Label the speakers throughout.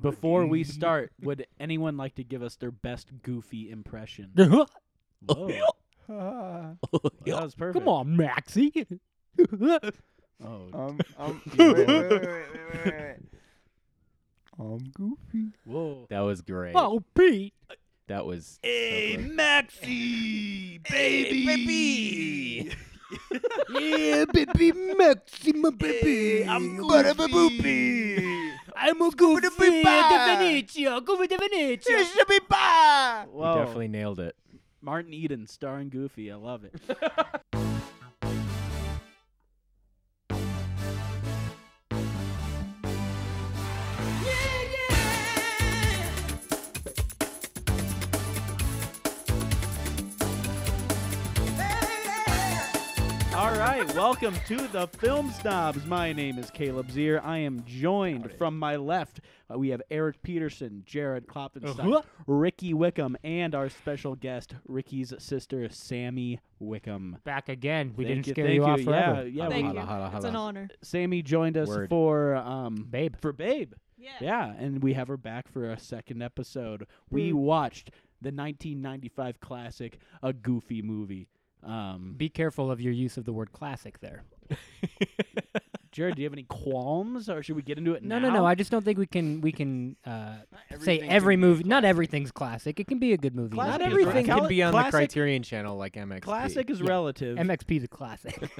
Speaker 1: Before we
Speaker 2: Mm-hmm.
Speaker 1: start, would anyone like to give us their best goofy impression? Whoa. Well, that was perfect.
Speaker 2: Come on, Maxie.
Speaker 1: Oh,
Speaker 3: Um, um, wait, wait, wait, wait, wait, wait, wait. I'm goofy.
Speaker 1: whoa.
Speaker 4: That was great.
Speaker 2: oh, Pete.
Speaker 4: That was.
Speaker 5: Hey,
Speaker 4: so good.
Speaker 5: Maxie, baby.
Speaker 3: Yeah, baby, Maxima,
Speaker 5: Hey, I'm goofy.
Speaker 2: I'm a goofy
Speaker 5: pie.
Speaker 2: Venezia. Go with the Venezia.
Speaker 4: You
Speaker 1: Whoa.
Speaker 4: definitely nailed it.
Speaker 1: Martin Eden starring Goofy. I love it. All right, welcome to the Film Snobs. My name is Caleb Zier. I am joined from my left. uh, we have Eric Peterson, Jared Kloppenstein,
Speaker 2: Uh-huh.
Speaker 1: Ricky Wickham, and our special guest, Ricky's sister, Sammy Wickham.
Speaker 2: Back again. We
Speaker 1: Thank
Speaker 2: didn't scare
Speaker 1: thank
Speaker 2: you, off
Speaker 1: Yeah,
Speaker 2: forever.
Speaker 1: yeah.
Speaker 6: Thank
Speaker 1: we-
Speaker 6: you.
Speaker 4: holla,
Speaker 6: It's
Speaker 4: holla.
Speaker 6: an honor.
Speaker 1: Sammy joined us
Speaker 4: Word.
Speaker 1: for um,
Speaker 2: Babe.
Speaker 1: for Babe.
Speaker 6: Yeah.
Speaker 1: Yeah, and we have her back for a second episode. We watched the 1995 classic, a goofy movie. Um,
Speaker 2: Be careful of your use of the word classic there.
Speaker 1: Jared, do you have any qualms, or should we get into it
Speaker 2: No,
Speaker 1: now?
Speaker 2: no, no. I just don't think we can we can uh, say
Speaker 3: everything
Speaker 2: every
Speaker 3: can
Speaker 2: movie. Not everything's classic. It can be a good movie.
Speaker 1: Classic
Speaker 2: Not
Speaker 1: is
Speaker 2: every-
Speaker 1: right.
Speaker 4: Everything
Speaker 1: Cla-
Speaker 4: can be on
Speaker 1: classic-
Speaker 4: the Criterion Channel like MXP.
Speaker 1: Classic is
Speaker 2: Yeah.
Speaker 1: relative.
Speaker 2: MXP's a classic.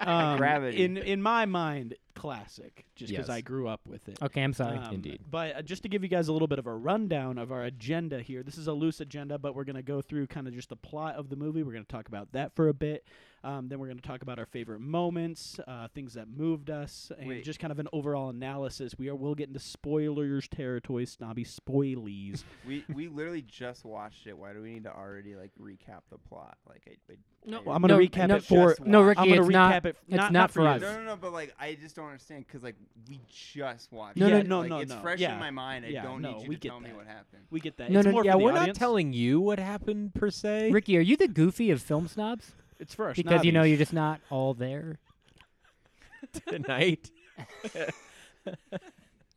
Speaker 1: um,
Speaker 3: Gravity.
Speaker 1: In in my mind, classic, just because
Speaker 4: Yes.
Speaker 1: I grew up with it.
Speaker 2: okay, I'm sorry.
Speaker 1: Um,
Speaker 4: Indeed.
Speaker 1: But uh, just to give you guys a little bit of a rundown of our agenda here, this is a loose agenda, but we're going to go through kind of just the plot of the movie. We're going to talk about that for a bit. Um, then we're going to talk about our favorite moments, uh, things that moved us, and
Speaker 3: Wait.
Speaker 1: just kind of an overall analysis. We are will get into spoilers territory, snobby spoilies.
Speaker 3: We we literally just watched it. Why do we need to already like recap the plot? Like I, I
Speaker 2: No,
Speaker 1: well, I'm gonna
Speaker 2: no,
Speaker 1: recap
Speaker 2: no,
Speaker 1: it
Speaker 2: for
Speaker 3: just
Speaker 2: no,
Speaker 3: once.
Speaker 2: Ricky.
Speaker 1: I'm going
Speaker 2: it's
Speaker 1: to recap
Speaker 2: not.
Speaker 1: it.
Speaker 2: it's
Speaker 1: not,
Speaker 2: not for
Speaker 1: you.
Speaker 2: us.
Speaker 3: No, no, no. But like I just don't understand because like we just watched.
Speaker 2: No,
Speaker 3: it.
Speaker 2: no,
Speaker 3: Like,
Speaker 1: no, no,
Speaker 3: It's
Speaker 1: no.
Speaker 3: fresh
Speaker 1: Yeah.
Speaker 3: in my mind. I
Speaker 1: Yeah,
Speaker 3: don't
Speaker 1: no,
Speaker 3: need you
Speaker 1: we
Speaker 3: to
Speaker 1: get
Speaker 3: tell me
Speaker 1: that.
Speaker 3: what happened.
Speaker 1: We get that.
Speaker 2: No,
Speaker 1: it's
Speaker 2: no,
Speaker 1: more
Speaker 4: Yeah,
Speaker 1: for the
Speaker 4: we're not
Speaker 1: audience.
Speaker 4: telling you what happened per se.
Speaker 2: Ricky, are you the goofy of film snobs?
Speaker 1: It's for our
Speaker 2: Because you know
Speaker 1: snobbies.
Speaker 2: you're just not all there.
Speaker 4: tonight.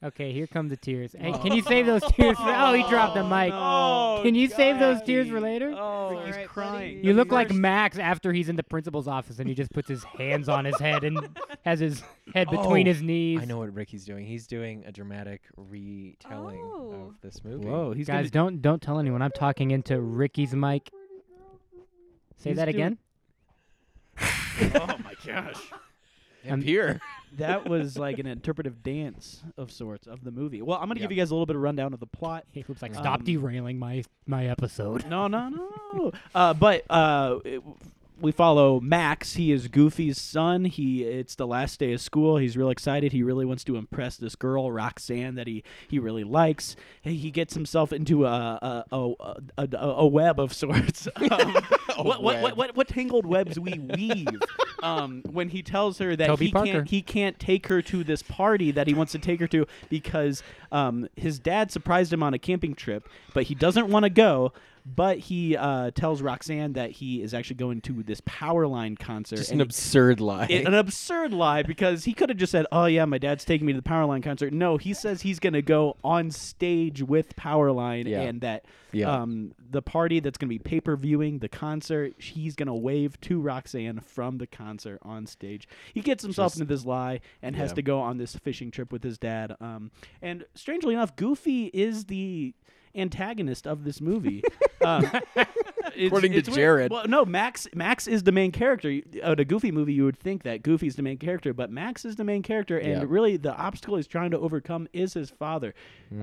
Speaker 2: Okay, here come the tears. Hey, can you save those tears? For, oh, he dropped the mic.
Speaker 1: no, Oh,
Speaker 2: Can you save those
Speaker 1: God.
Speaker 2: tears for later?
Speaker 6: It's
Speaker 1: Oh, he's
Speaker 6: alright, buddy.
Speaker 1: crying.
Speaker 2: You look like
Speaker 1: First-
Speaker 2: Max after he's in the principal's office and he just puts his hands on his head and has his head between
Speaker 4: Oh,
Speaker 2: his knees.
Speaker 4: I know what Ricky's doing. He's doing a dramatic retelling
Speaker 6: Oh.
Speaker 4: of this movie.
Speaker 1: Whoa, he's
Speaker 2: Guys,
Speaker 1: gonna
Speaker 2: don't don't tell anyone. I'm talking into Ricky's mic. Say
Speaker 1: He's
Speaker 2: that
Speaker 1: doing-
Speaker 2: again.
Speaker 1: oh my gosh.
Speaker 2: I'm-
Speaker 4: And here.
Speaker 1: That was like an interpretive dance of sorts of the movie. Well, I'm going to give you guys a little bit of rundown of the plot.
Speaker 2: He looks like
Speaker 1: Um,
Speaker 2: stop derailing my my episode.
Speaker 1: No, no, no. no. uh, but uh, it- we follow Max. He is Goofy's son. He it's the last day of school. He's real excited. He really wants to impress this girl Roxanne that he he really likes. He, he gets himself into a a, a, a, a, a web of sorts. Um, what, what, what what what tangled webs we weave. Um, when he tells her that
Speaker 2: Toby
Speaker 1: he
Speaker 2: Parker.
Speaker 1: can't he can't take her to this party that he wants to take her to because um, his dad surprised him on a camping trip, but he doesn't want to go. But he uh, tells Roxanne that he is actually going to this Powerline concert.
Speaker 4: Just an
Speaker 1: and
Speaker 4: absurd lie.
Speaker 1: it-
Speaker 2: um,
Speaker 1: an absurd lie because he could have just said, "Oh yeah, my dad's taking me to the Powerline concert." No, he says he's going to go on stage with Powerline,
Speaker 4: Yeah.
Speaker 1: and that
Speaker 4: Yeah.
Speaker 1: um, the party that's going to be pay per viewing the concert, he's going to wave to Roxanne from the concert on stage. He gets himself
Speaker 4: Just-
Speaker 1: into this lie and has
Speaker 4: yeah.
Speaker 1: to go on this fishing trip with his dad. Um, and strangely enough, Goofy is the antagonist of this movie. um, it's-
Speaker 4: According to
Speaker 1: it's weird.
Speaker 4: Jared.
Speaker 1: Well, Uh, no, Max. Max is the main character. You- Out a Goofy movie, you would think that Goofy's the main character, but Max is the main character, and
Speaker 4: Yeah.
Speaker 1: really the obstacle he's trying to overcome is his father,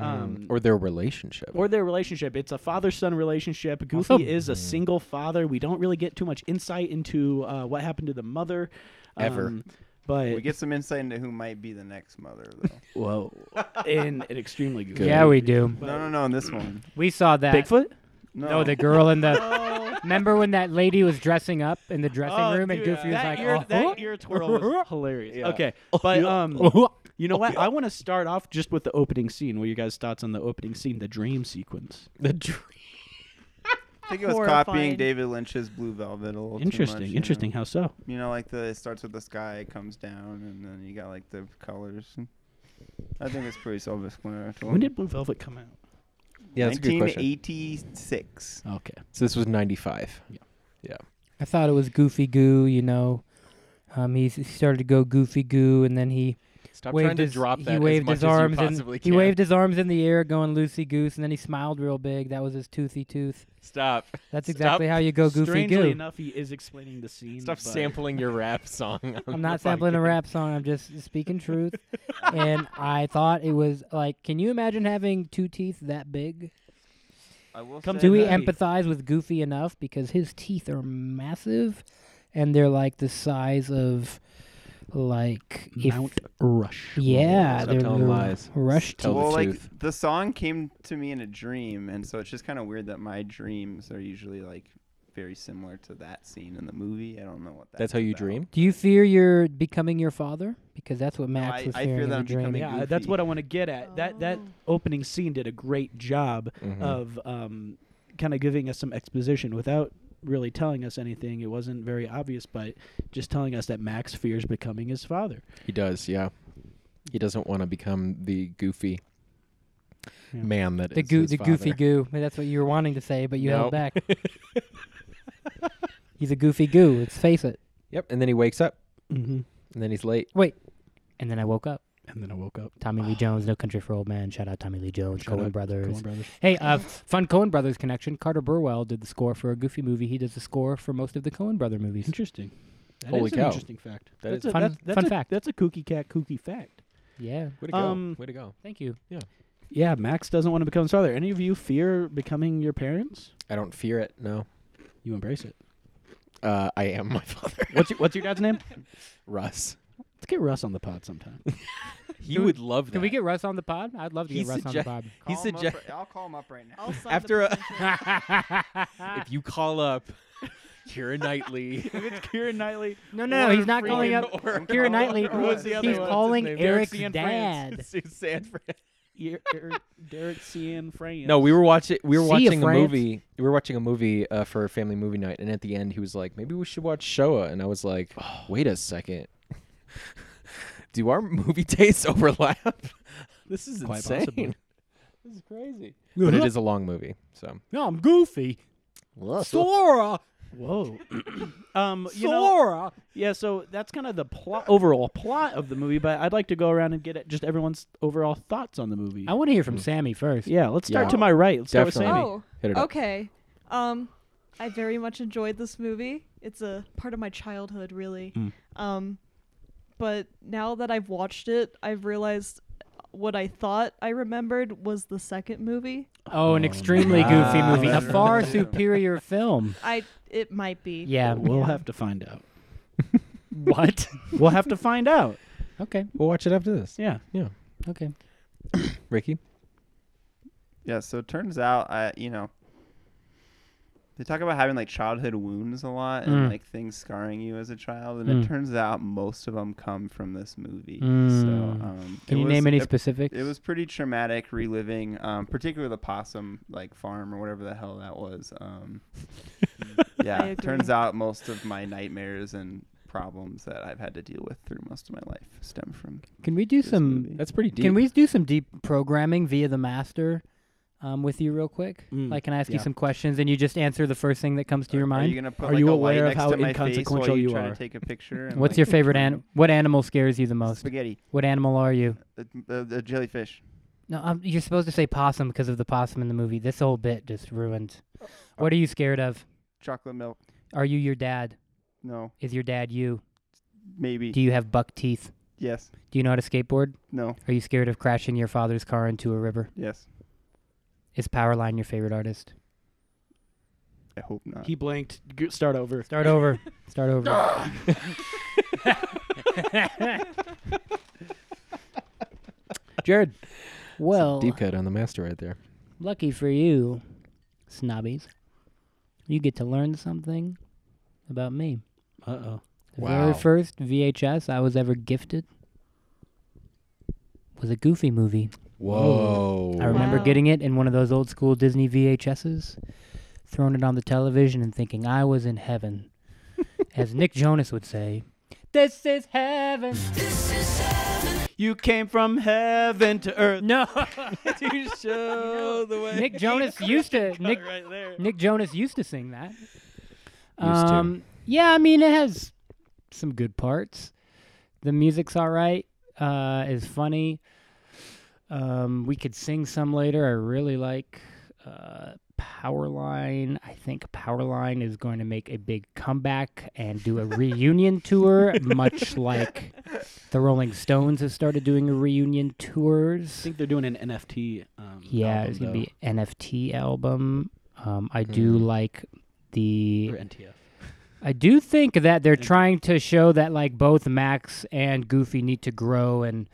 Speaker 1: um,
Speaker 4: Mm, or their relationship.
Speaker 1: or their relationship. It's a father-son relationship. Goofy
Speaker 2: Also-
Speaker 1: is a single father. We don't really get too much insight into uh, what happened to the mother,
Speaker 4: Ever.
Speaker 1: um, But
Speaker 3: We get some insight into who might be the next mother, though.
Speaker 1: whoa, in an extremely good.
Speaker 2: Yeah, we do.
Speaker 3: no, no, no. In this one,
Speaker 2: We saw that.
Speaker 1: Bigfoot.
Speaker 3: no.
Speaker 2: No,
Speaker 1: Oh.
Speaker 2: the girl in the. Remember when that lady was dressing up in the dressing
Speaker 1: Oh,
Speaker 2: room and
Speaker 1: dude,
Speaker 2: Goofy was
Speaker 1: that
Speaker 2: like,
Speaker 1: ear,
Speaker 2: oh,
Speaker 1: that ear twirl was hilarious.
Speaker 4: Yeah.
Speaker 1: Okay, but
Speaker 4: yeah. Oh.
Speaker 1: um, you know what? I want to start off just with the opening scene. What are your guys' thoughts on the opening scene, the dream sequence?
Speaker 4: the dream.
Speaker 3: I think it was
Speaker 6: Horrifying.
Speaker 3: copying David Lynch's Blue Velvet a little. too much,
Speaker 1: Interesting,
Speaker 3: you know?
Speaker 1: interesting. How so?
Speaker 3: You know, like the it starts with the sky, it comes down, and then you got like the colors. I think it's pretty self-explanatory.
Speaker 1: When did Blue Velvet come out?
Speaker 4: Yeah, that's a good question.
Speaker 3: 1986.
Speaker 1: Okay.
Speaker 4: So this was 95.
Speaker 2: I thought it was Goofy Goo, you know. Um, he s- started to go Goofy Goo, and then he
Speaker 4: Stop
Speaker 2: waved
Speaker 4: trying to
Speaker 2: his,
Speaker 4: drop that
Speaker 2: he waved
Speaker 4: as much
Speaker 2: his arms
Speaker 4: as you possibly
Speaker 2: in,
Speaker 4: can.
Speaker 2: He waved his arms in the air, going loosey goose, and then he smiled real big. That was his toothy tooth.
Speaker 4: Stop.
Speaker 2: That's
Speaker 4: Stop.
Speaker 2: exactly how you go Goofy
Speaker 1: Strangely
Speaker 2: Goo.
Speaker 1: enough, he is explaining the scene.
Speaker 4: Stop
Speaker 1: but-
Speaker 4: sampling your rap song. on
Speaker 2: I'm
Speaker 4: the
Speaker 2: not sampling a
Speaker 4: podcast.
Speaker 2: rap song. I'm just speaking truth. and I thought it was like, can you imagine having two teeth that big?
Speaker 3: I will
Speaker 1: Come
Speaker 3: say
Speaker 2: Do we
Speaker 1: Yeah.
Speaker 3: that-
Speaker 2: empathize with Goofy enough because his teeth are massive, and they're like the size of, like if
Speaker 1: Mount Rush.
Speaker 2: yeah,
Speaker 4: Stop
Speaker 2: they're
Speaker 4: telling
Speaker 2: they're
Speaker 4: lies.
Speaker 2: Rush teeth.
Speaker 4: Tell the
Speaker 3: well,
Speaker 4: truth.
Speaker 3: like the song came to me in a dream, and so it's just kind of weird that my dreams are usually like very similar to that scene in the movie. I don't know what that's
Speaker 4: That's how you
Speaker 3: about.
Speaker 4: dream.
Speaker 2: Do you fear you're becoming your father? Because that's what Max
Speaker 3: I-
Speaker 2: was
Speaker 3: I
Speaker 2: fearing
Speaker 3: fear
Speaker 2: in
Speaker 3: that
Speaker 2: the
Speaker 3: I'm
Speaker 2: dream.
Speaker 3: becoming-
Speaker 1: Yeah, that's
Speaker 3: Goofy.
Speaker 1: what I want to get at. That that opening scene did a great job
Speaker 4: Mhm.
Speaker 2: Uh,
Speaker 1: of um, kind of giving us some exposition without really telling us anything. It wasn't very obvious, but just telling us that Max fears becoming his father.
Speaker 4: He does, yeah. He doesn't want to become the goofy
Speaker 1: Yeah.
Speaker 4: man that
Speaker 2: The,
Speaker 4: is
Speaker 2: goo,
Speaker 4: his
Speaker 2: the goofy
Speaker 4: father.
Speaker 2: goo. That's what you were wanting to say, but you held
Speaker 4: Nope.
Speaker 2: back. He's a goofy goo. Let's face it.
Speaker 4: Yep, and then he wakes up,
Speaker 1: Mm-hmm.
Speaker 4: and then he's late.
Speaker 2: And then I woke up.
Speaker 1: And then I woke up.
Speaker 2: Tommy Lee Jones, No Country for Old Men. Shout out Tommy Lee Jones,
Speaker 1: Shout
Speaker 2: Cohen
Speaker 1: out
Speaker 2: Brothers.
Speaker 1: Coen Brothers.
Speaker 2: Hey, uh, fun Cohen Brothers connection. Carter Burwell did the score for a Goofy movie. He does the score for most of the Cohen Brother movies.
Speaker 1: Interesting. That
Speaker 4: Holy
Speaker 1: is an
Speaker 4: cow.
Speaker 1: interesting fact.
Speaker 4: That
Speaker 1: that's
Speaker 4: is-
Speaker 1: a,
Speaker 2: Fun-
Speaker 1: that's, that's
Speaker 2: fun
Speaker 1: a-
Speaker 2: fact.
Speaker 1: That's a kooky cat kooky fact.
Speaker 2: Yeah.
Speaker 4: Way to go!
Speaker 1: Um,
Speaker 4: Way to go!
Speaker 2: Thank you.
Speaker 1: Yeah, Max doesn't want to become his father. Any of you fear becoming your parents?
Speaker 4: I don't fear it. No,
Speaker 1: You embrace it.
Speaker 4: uh, I am my father,
Speaker 1: What's your, what's your dad's name?
Speaker 4: Russ.
Speaker 1: Let's get Russ on the pod sometime.
Speaker 4: He
Speaker 2: Can we-
Speaker 4: would love that.
Speaker 2: Can we get Russ on the pod? I'd love to
Speaker 4: He
Speaker 2: get Russ on the
Speaker 4: suggest-
Speaker 2: pod.
Speaker 3: Call
Speaker 4: He
Speaker 3: him up
Speaker 4: suggest-
Speaker 3: ri- I'll call him up right now.
Speaker 5: I'll sign the
Speaker 4: After a-
Speaker 5: petition.
Speaker 4: if you call up Kira Knightley,
Speaker 1: it's Kieran Knightley.
Speaker 2: no, no, no. He's not calling
Speaker 4: freaking
Speaker 2: up
Speaker 4: or-
Speaker 2: Kira Knightley.
Speaker 4: or what's the other
Speaker 2: He's
Speaker 4: one? What's his
Speaker 2: calling
Speaker 4: name?
Speaker 2: Eric's
Speaker 4: Derek Cian
Speaker 2: dad.
Speaker 4: France. Suzanne France.
Speaker 1: er, Derek Cian France.
Speaker 4: No, we were watching. We were
Speaker 2: Sea of
Speaker 4: watching a
Speaker 2: France.
Speaker 4: movie. We were watching a movie uh, for a family movie night, and at the end, he was like, "Maybe we should watch Showa," and I was like, "Wait a second, do our movie tastes overlap? this is
Speaker 1: Quite
Speaker 4: insane.
Speaker 1: possibly.
Speaker 4: This is crazy." But it is a long movie, so
Speaker 2: No, I'm Goofy. Sora.
Speaker 1: Whoa. um, you know,
Speaker 2: Sora.
Speaker 1: yeah. So that's kind of the plot, overall plot of the movie. But I'd like to go around and get just everyone's overall thoughts on the movie.
Speaker 2: I want to hear from Sammy first.
Speaker 1: yeah, let's start
Speaker 4: Yeah.
Speaker 1: to my right. Let's start with
Speaker 4: Definitely.
Speaker 1: Sammy.
Speaker 5: Oh,
Speaker 4: hit it up.
Speaker 5: okay. Um, I very much enjoyed this movie. It's a part of my childhood, really.
Speaker 4: Hmm.
Speaker 1: Mm.
Speaker 5: Um, but now that I've watched it, I've realized what I thought I remembered was the second movie.
Speaker 2: Oh, an
Speaker 1: Oh,
Speaker 2: extremely
Speaker 4: no.
Speaker 2: goofy
Speaker 4: Ah,
Speaker 2: movie. A
Speaker 3: that's
Speaker 2: far
Speaker 3: right.
Speaker 2: superior film.
Speaker 5: I it might be.
Speaker 2: Yeah.
Speaker 1: We'll have to find out.
Speaker 2: what?
Speaker 1: We'll have to find out.
Speaker 2: Okay.
Speaker 4: We'll watch it after this.
Speaker 1: Yeah.
Speaker 2: Okay.
Speaker 4: Ricky,
Speaker 3: Yeah, so it turns out, I you know, they talk about having like childhood wounds a lot and
Speaker 2: Mm.
Speaker 3: like things scarring you as a child, and
Speaker 2: Mm.
Speaker 3: it turns out most of them come from this movie. So,
Speaker 2: Mm.
Speaker 3: um,
Speaker 2: Can
Speaker 3: it
Speaker 2: you
Speaker 3: was-
Speaker 2: name any
Speaker 3: it-
Speaker 2: specifics?
Speaker 3: It was pretty traumatic reliving, um, particularly the possum like farm or whatever the hell that was. Um, yeah,
Speaker 5: I
Speaker 3: it
Speaker 5: agree.
Speaker 3: turns out most of my nightmares and problems that I've had to deal with through most of my life stem from
Speaker 2: Can we do
Speaker 3: this
Speaker 2: some?
Speaker 3: movie.
Speaker 4: that's pretty deep.
Speaker 2: Can we do some deep programming via the master um, with you real quick?
Speaker 1: Mm,
Speaker 2: Like, can I ask you
Speaker 1: yeah.
Speaker 2: some questions and you just answer the first thing that comes to your
Speaker 3: Are you
Speaker 2: mind?
Speaker 3: gonna put
Speaker 1: Are
Speaker 3: like
Speaker 1: you
Speaker 3: a
Speaker 1: aware
Speaker 3: light
Speaker 1: of
Speaker 3: next
Speaker 1: how
Speaker 3: to my face
Speaker 1: inconsequential
Speaker 3: while you,
Speaker 1: you
Speaker 3: try
Speaker 1: are?
Speaker 3: to take a picture? and,
Speaker 2: What's
Speaker 3: like,
Speaker 2: your favorite
Speaker 3: explain
Speaker 2: animal? What animal scares you the most?
Speaker 3: Spaghetti,
Speaker 2: What animal are you?
Speaker 3: a, a, a jellyfish.
Speaker 2: No, um, you're supposed to say possum because of the possum in the movie. This whole bit just ruined.
Speaker 4: Oh.
Speaker 2: What are you scared of?
Speaker 3: chocolate milk.
Speaker 2: Are you your dad?
Speaker 3: No,
Speaker 2: Is your dad you?
Speaker 3: maybe.
Speaker 2: Do you have buck teeth?
Speaker 3: yes.
Speaker 2: Do you know how to skateboard?
Speaker 3: No.
Speaker 2: Are you scared of crashing your father's car into a river?
Speaker 3: Yes.
Speaker 2: Is Powerline your favorite artist?
Speaker 3: I hope not.
Speaker 1: He blanked. G- start over.
Speaker 2: Start over. Start over. Jared. Well,
Speaker 4: deep cut on the master right there?
Speaker 2: lucky for you, snobbies, you get to learn something about me.
Speaker 1: Uh oh.
Speaker 2: The
Speaker 4: Wow.
Speaker 2: very first VHS I was ever gifted was a Goofy movie.
Speaker 4: Whoa!
Speaker 2: I remember
Speaker 5: Wow.
Speaker 2: getting it in one of those old school Disney VHSs, throwing it on the television and thinking I was in heaven. As Nick Jonas would say, This is heaven.
Speaker 1: You came from heaven to earth.
Speaker 2: No.
Speaker 1: to show the way.
Speaker 2: Nick Jonas used to Nick
Speaker 1: right there.
Speaker 2: Nick Jonas used to sing that.
Speaker 4: Used to.
Speaker 2: Um, yeah, I mean it has some good parts. The music's all right. Uh, is funny. Um, we could sing some later. I really like uh, Powerline. I think Powerline is going to make a big comeback and do a reunion tour, much like the Rolling Stones have started doing reunion
Speaker 1: I
Speaker 2: tours.
Speaker 1: think they're doing an NFT. Um,
Speaker 2: Yeah,
Speaker 1: album,
Speaker 2: it's gonna
Speaker 1: though, Hmm.
Speaker 2: be NFT album. Um, I do like the.
Speaker 1: or NTF.
Speaker 2: I do think that
Speaker 1: Hmm.
Speaker 2: they're trying to show that like both Max and Goofy need to grow and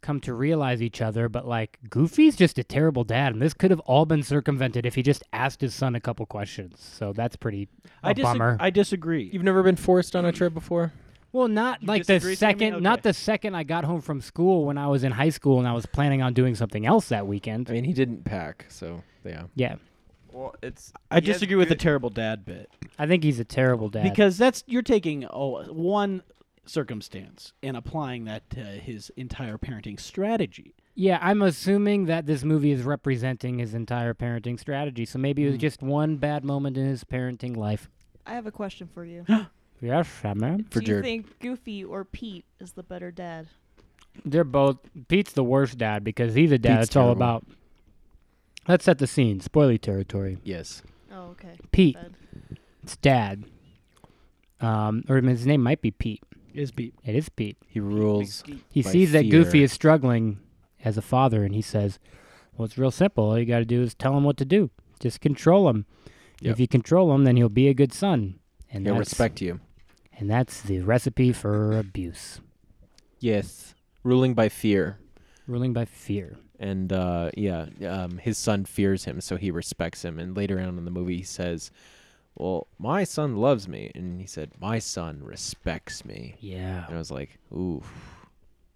Speaker 2: come to realize each other, but like Goofy's just a terrible dad, and this could have all been circumvented if he just asked his son a couple questions. So that's pretty a
Speaker 1: I, disag-
Speaker 2: bummer.
Speaker 1: I disagree.
Speaker 4: You've never been forced on a trip before?
Speaker 2: Well, not like the
Speaker 1: disagree, Sammy?
Speaker 2: second, not
Speaker 1: Okay.
Speaker 2: the second I got home from school when I was in high school and I was planning on doing something else that
Speaker 4: I
Speaker 2: weekend.
Speaker 4: mean, he didn't pack, so yeah.
Speaker 2: Yeah,
Speaker 3: Well, it's.
Speaker 1: I
Speaker 3: he has
Speaker 1: disagree with the
Speaker 3: good-
Speaker 1: terrible dad bit
Speaker 2: I think he's a terrible dad.
Speaker 1: because that's you're taking oh, one circumstance and applying that to his entire parenting strategy.
Speaker 2: Yeah, I'm assuming that this movie is representing his entire parenting strategy. So maybe
Speaker 4: Hmm.
Speaker 2: it was just one bad moment in his parenting life.
Speaker 5: I have a question for you.
Speaker 2: Yes, Summer.
Speaker 5: Do
Speaker 4: For
Speaker 5: you
Speaker 4: Jared.
Speaker 5: think Goofy or Pete is the better dad?
Speaker 2: They're both. Pete's the worst dad because he's a dad.
Speaker 4: Pete's
Speaker 2: it's all
Speaker 4: terrible.
Speaker 2: about. Let's set the scene. Spoiler territory.
Speaker 4: Yes.
Speaker 5: Oh, okay.
Speaker 2: Pete,
Speaker 5: Bad.
Speaker 2: it's dad. Um, or his name might be Pete.
Speaker 1: Is beat.
Speaker 2: It is Pete.
Speaker 4: He rules.
Speaker 2: He
Speaker 4: by
Speaker 2: sees that Goofy
Speaker 4: fear.
Speaker 2: is struggling as a father, and he says, "Well, it's real simple. All you got to do is tell him what to do. Just control him.
Speaker 4: Yep.
Speaker 2: If you control him, then he'll be a good son." And
Speaker 4: He'll
Speaker 2: that's-
Speaker 4: respect you.
Speaker 2: And that's the recipe for abuse.
Speaker 4: Yes. Ruling by fear.
Speaker 2: Ruling by fear.
Speaker 4: And uh, yeah, um, his son fears him, so he respects him. And later on in the movie, he says, Well, my son loves me. And he said, My son respects me. And
Speaker 2: Yeah.
Speaker 4: I was like, Ooh,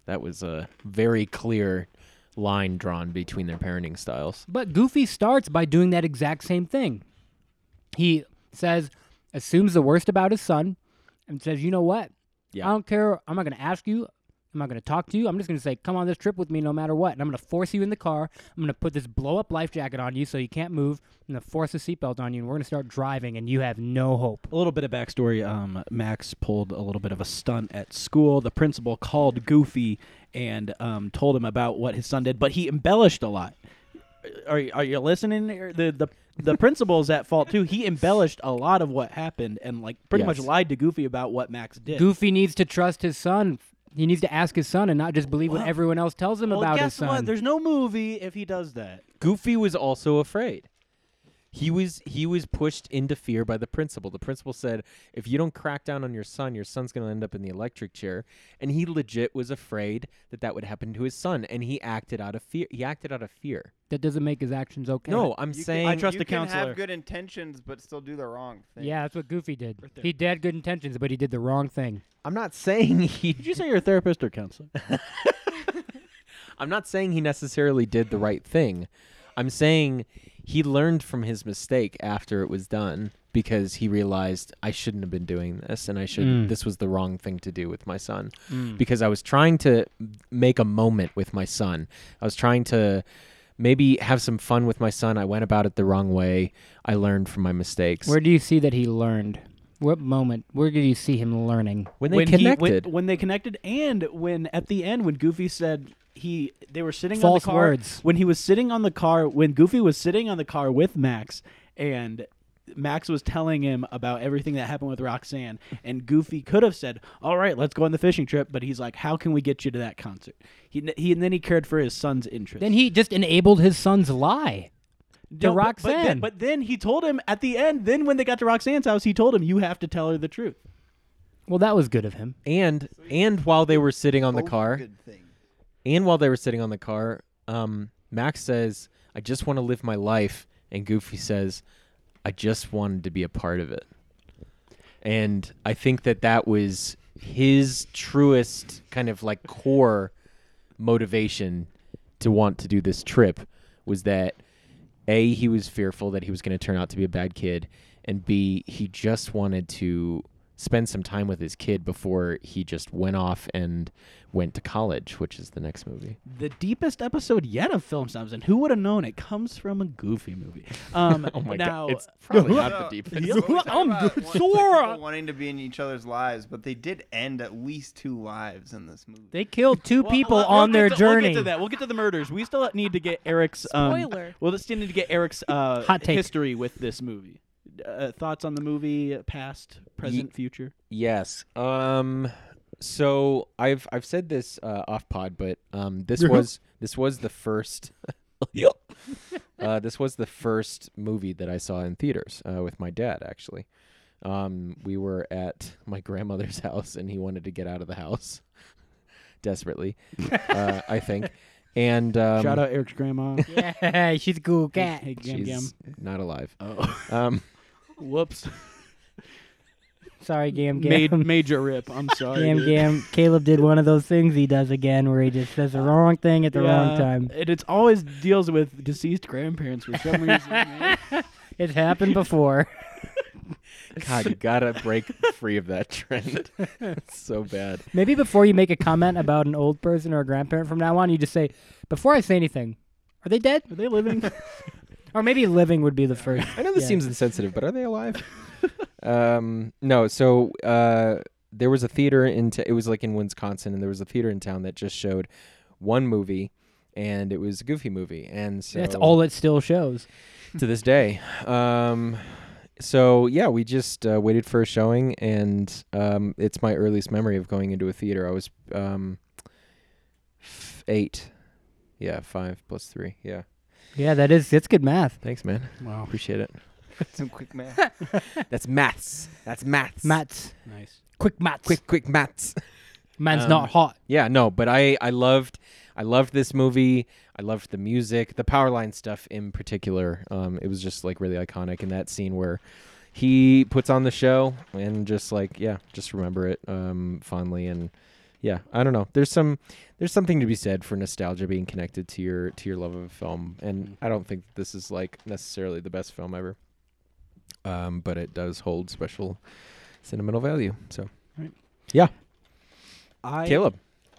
Speaker 4: that was a very clear line drawn between their parenting styles.
Speaker 2: But Goofy starts by doing that exact same thing. He says, assumes the worst about his son, and says, you know what?
Speaker 4: Yeah.
Speaker 2: I don't care. I'm not going to ask you. I'm not going to talk to you. I'm just going to say, come on this trip with me no matter what. And I'm going to force you in the car. I'm going to put this blow up life jacket on you so you can't move. I'm going to force a seatbelt on you, and we're going to start driving, and you have no hope.
Speaker 1: A little bit of backstory. Um, Max pulled a little bit of a stunt at school. The principal called Goofy and um, told him about what his son did, but he embellished a lot. Are, are you listening? The the the principal's at fault too. He embellished a lot of what happened and like pretty much
Speaker 4: Yes.
Speaker 1: lied to Goofy about what Max did.
Speaker 2: Goofy needs to trust his son. He needs to ask his son and not just believe what
Speaker 1: Well-
Speaker 2: everyone else tells him
Speaker 1: well,
Speaker 2: about
Speaker 1: guess
Speaker 2: his son.
Speaker 1: what? There's no movie if he does that.
Speaker 4: Goofy was also afraid. He was he was pushed into fear by the principal. The principal said, "If you don't crack down on your son, your son's going to end up in the electric chair." And he legit was afraid that that would happen to his son, and he acted out of fear. He acted out of fear.
Speaker 2: that doesn't make his actions okay.
Speaker 4: No, I'm
Speaker 3: you can-
Speaker 4: saying
Speaker 1: I trust
Speaker 3: you
Speaker 1: the
Speaker 3: can
Speaker 1: counselor.
Speaker 3: Have good intentions, but still do the wrong thing.
Speaker 2: Yeah, that's what Goofy did.
Speaker 1: Right there.
Speaker 2: he did good intentions, but he did the wrong thing.
Speaker 4: I'm not saying he
Speaker 1: Did you say you're a therapist or counselor?
Speaker 4: I'm not saying he necessarily did the right thing. I'm saying he learned from his mistake after it was done because he realized I shouldn't have been doing this and I should
Speaker 2: Mm.
Speaker 4: this was the wrong thing to do with my son because I was trying to make a moment with my son. I was trying to maybe have some fun with my son. I went about it the wrong way. I learned from my mistakes.
Speaker 2: Where do you see that he learned? What moment? Where did you see him learning?
Speaker 4: when they
Speaker 1: he-
Speaker 4: connected.
Speaker 1: when, when they connected, and when at the end, when Goofy said he, they were sitting
Speaker 2: False
Speaker 1: on the car.
Speaker 2: words.
Speaker 1: When he was sitting on the car, when Goofy was sitting on the car with Max, and Max was telling him about everything that happened with Roxanne, and Goofy could have said, "All right, let's go on the fishing trip," but he's like, "How can we get you to that concert?" He, he and then he cared for his son's interest.
Speaker 2: Then he just enabled his son's lie. to
Speaker 1: No, but- But
Speaker 2: Roxanne.
Speaker 1: then, but then he told him at the end. Then when they got to Roxanne's house, he told him, "You have to tell her the truth."
Speaker 2: Well, that was good of him.
Speaker 4: and and while they were sitting on the
Speaker 3: Both
Speaker 4: car,
Speaker 3: Good thing.
Speaker 4: And while they were sitting on the car, um, Max says, I just want to live my life. And Goofy says, I just wanted to be a part of it. And I think that that was his truest kind of like core motivation to want to do this trip was that A, he was fearful that he was going to turn out to be a bad kid. And B, he just wanted to spend some time with his kid before he just went off and went to college, which is the next movie.
Speaker 1: The deepest episode yet of Film Snobs, and who would have known it comes from a goofy movie. Um,
Speaker 4: Oh my
Speaker 1: now,
Speaker 4: god, it's probably not
Speaker 3: So-
Speaker 4: the deepest.
Speaker 3: so we talk
Speaker 1: I'm
Speaker 3: about
Speaker 1: good,
Speaker 3: want-
Speaker 1: Sora.
Speaker 3: people wanting to be in each other's lives, but they did end at least two lives in this movie.
Speaker 2: They killed two
Speaker 1: Well,
Speaker 2: people
Speaker 1: we'll- we'll
Speaker 2: on
Speaker 1: get
Speaker 2: their
Speaker 1: to-
Speaker 2: journey.
Speaker 1: We'll get to that. We'll get to the murders. We still need to get Eric's. Um,
Speaker 5: Spoiler.
Speaker 1: Well, let's still need to get Eric's uh,
Speaker 2: Hot take.
Speaker 1: history with this movie. Uh, thoughts on the movie, past, present, future.
Speaker 4: Yes. Um. So I've I've said this uh, off pod, but um, this was this was the first. uh, this was the first movie that I saw in theaters uh, with my dad. Actually, um, we were at my grandmother's house, and he wanted to get out of the house desperately. uh, I think. And um,
Speaker 1: Shout out Eric's grandma.
Speaker 2: yeah, she's a cool
Speaker 1: Hey,
Speaker 2: cat.
Speaker 1: hey, Gam Gam.
Speaker 4: she's not alive.
Speaker 1: Oh,
Speaker 4: Um.
Speaker 1: whoops.
Speaker 2: Sorry, Gam Gam.
Speaker 1: Made, major rip. I'm sorry.
Speaker 2: Gam
Speaker 1: dude.
Speaker 2: Gam. Caleb did one of those things he does again where he just says the wrong thing at the
Speaker 1: Yeah,
Speaker 2: wrong time.
Speaker 1: And it's always deals with deceased grandparents for some reason. man.
Speaker 2: It's happened before.
Speaker 4: God, you gotta break free of that trend. it's so bad.
Speaker 2: Maybe before you make a comment about an old person or a grandparent from now on, you just say, before I say anything, are they dead?
Speaker 1: Are they living?
Speaker 2: Or maybe living would be the first.
Speaker 4: I know this
Speaker 2: Yeah.
Speaker 4: seems insensitive, but are they alive? um, no. So uh, there was a theater in. T- it was like in Wisconsin, and there was a theater in town that just showed one movie, and it was a Goofy movie, and so
Speaker 2: That's all it still shows.
Speaker 4: to this day. Um, so yeah, we just uh, waited for a showing, and um, it's my earliest memory of going into a theater. I was um, f- eight. Yeah, five plus three. Yeah.
Speaker 2: Yeah, that is, it's good math.
Speaker 4: Thanks, man.
Speaker 1: wow,
Speaker 4: Appreciate it.
Speaker 3: Some quick math.
Speaker 4: That's maths. That's maths.
Speaker 2: Matt's.
Speaker 1: nice.
Speaker 2: Quick maths.
Speaker 4: Quick, quick maths.
Speaker 2: Man's
Speaker 4: um,
Speaker 2: not hot.
Speaker 4: Yeah, no, but I I loved I loved this movie. I loved the music, the power line stuff in particular. Um, it was just like really iconic in that scene where he puts on the show and just like yeah, just remember it um fondly and yeah, I don't know. There's some there's something to be said for nostalgia being connected to your to your love of film, and I don't think this is like necessarily the best film ever. Um, but it does hold special sentimental value. So,
Speaker 1: Right.
Speaker 4: yeah,
Speaker 1: I
Speaker 4: Caleb.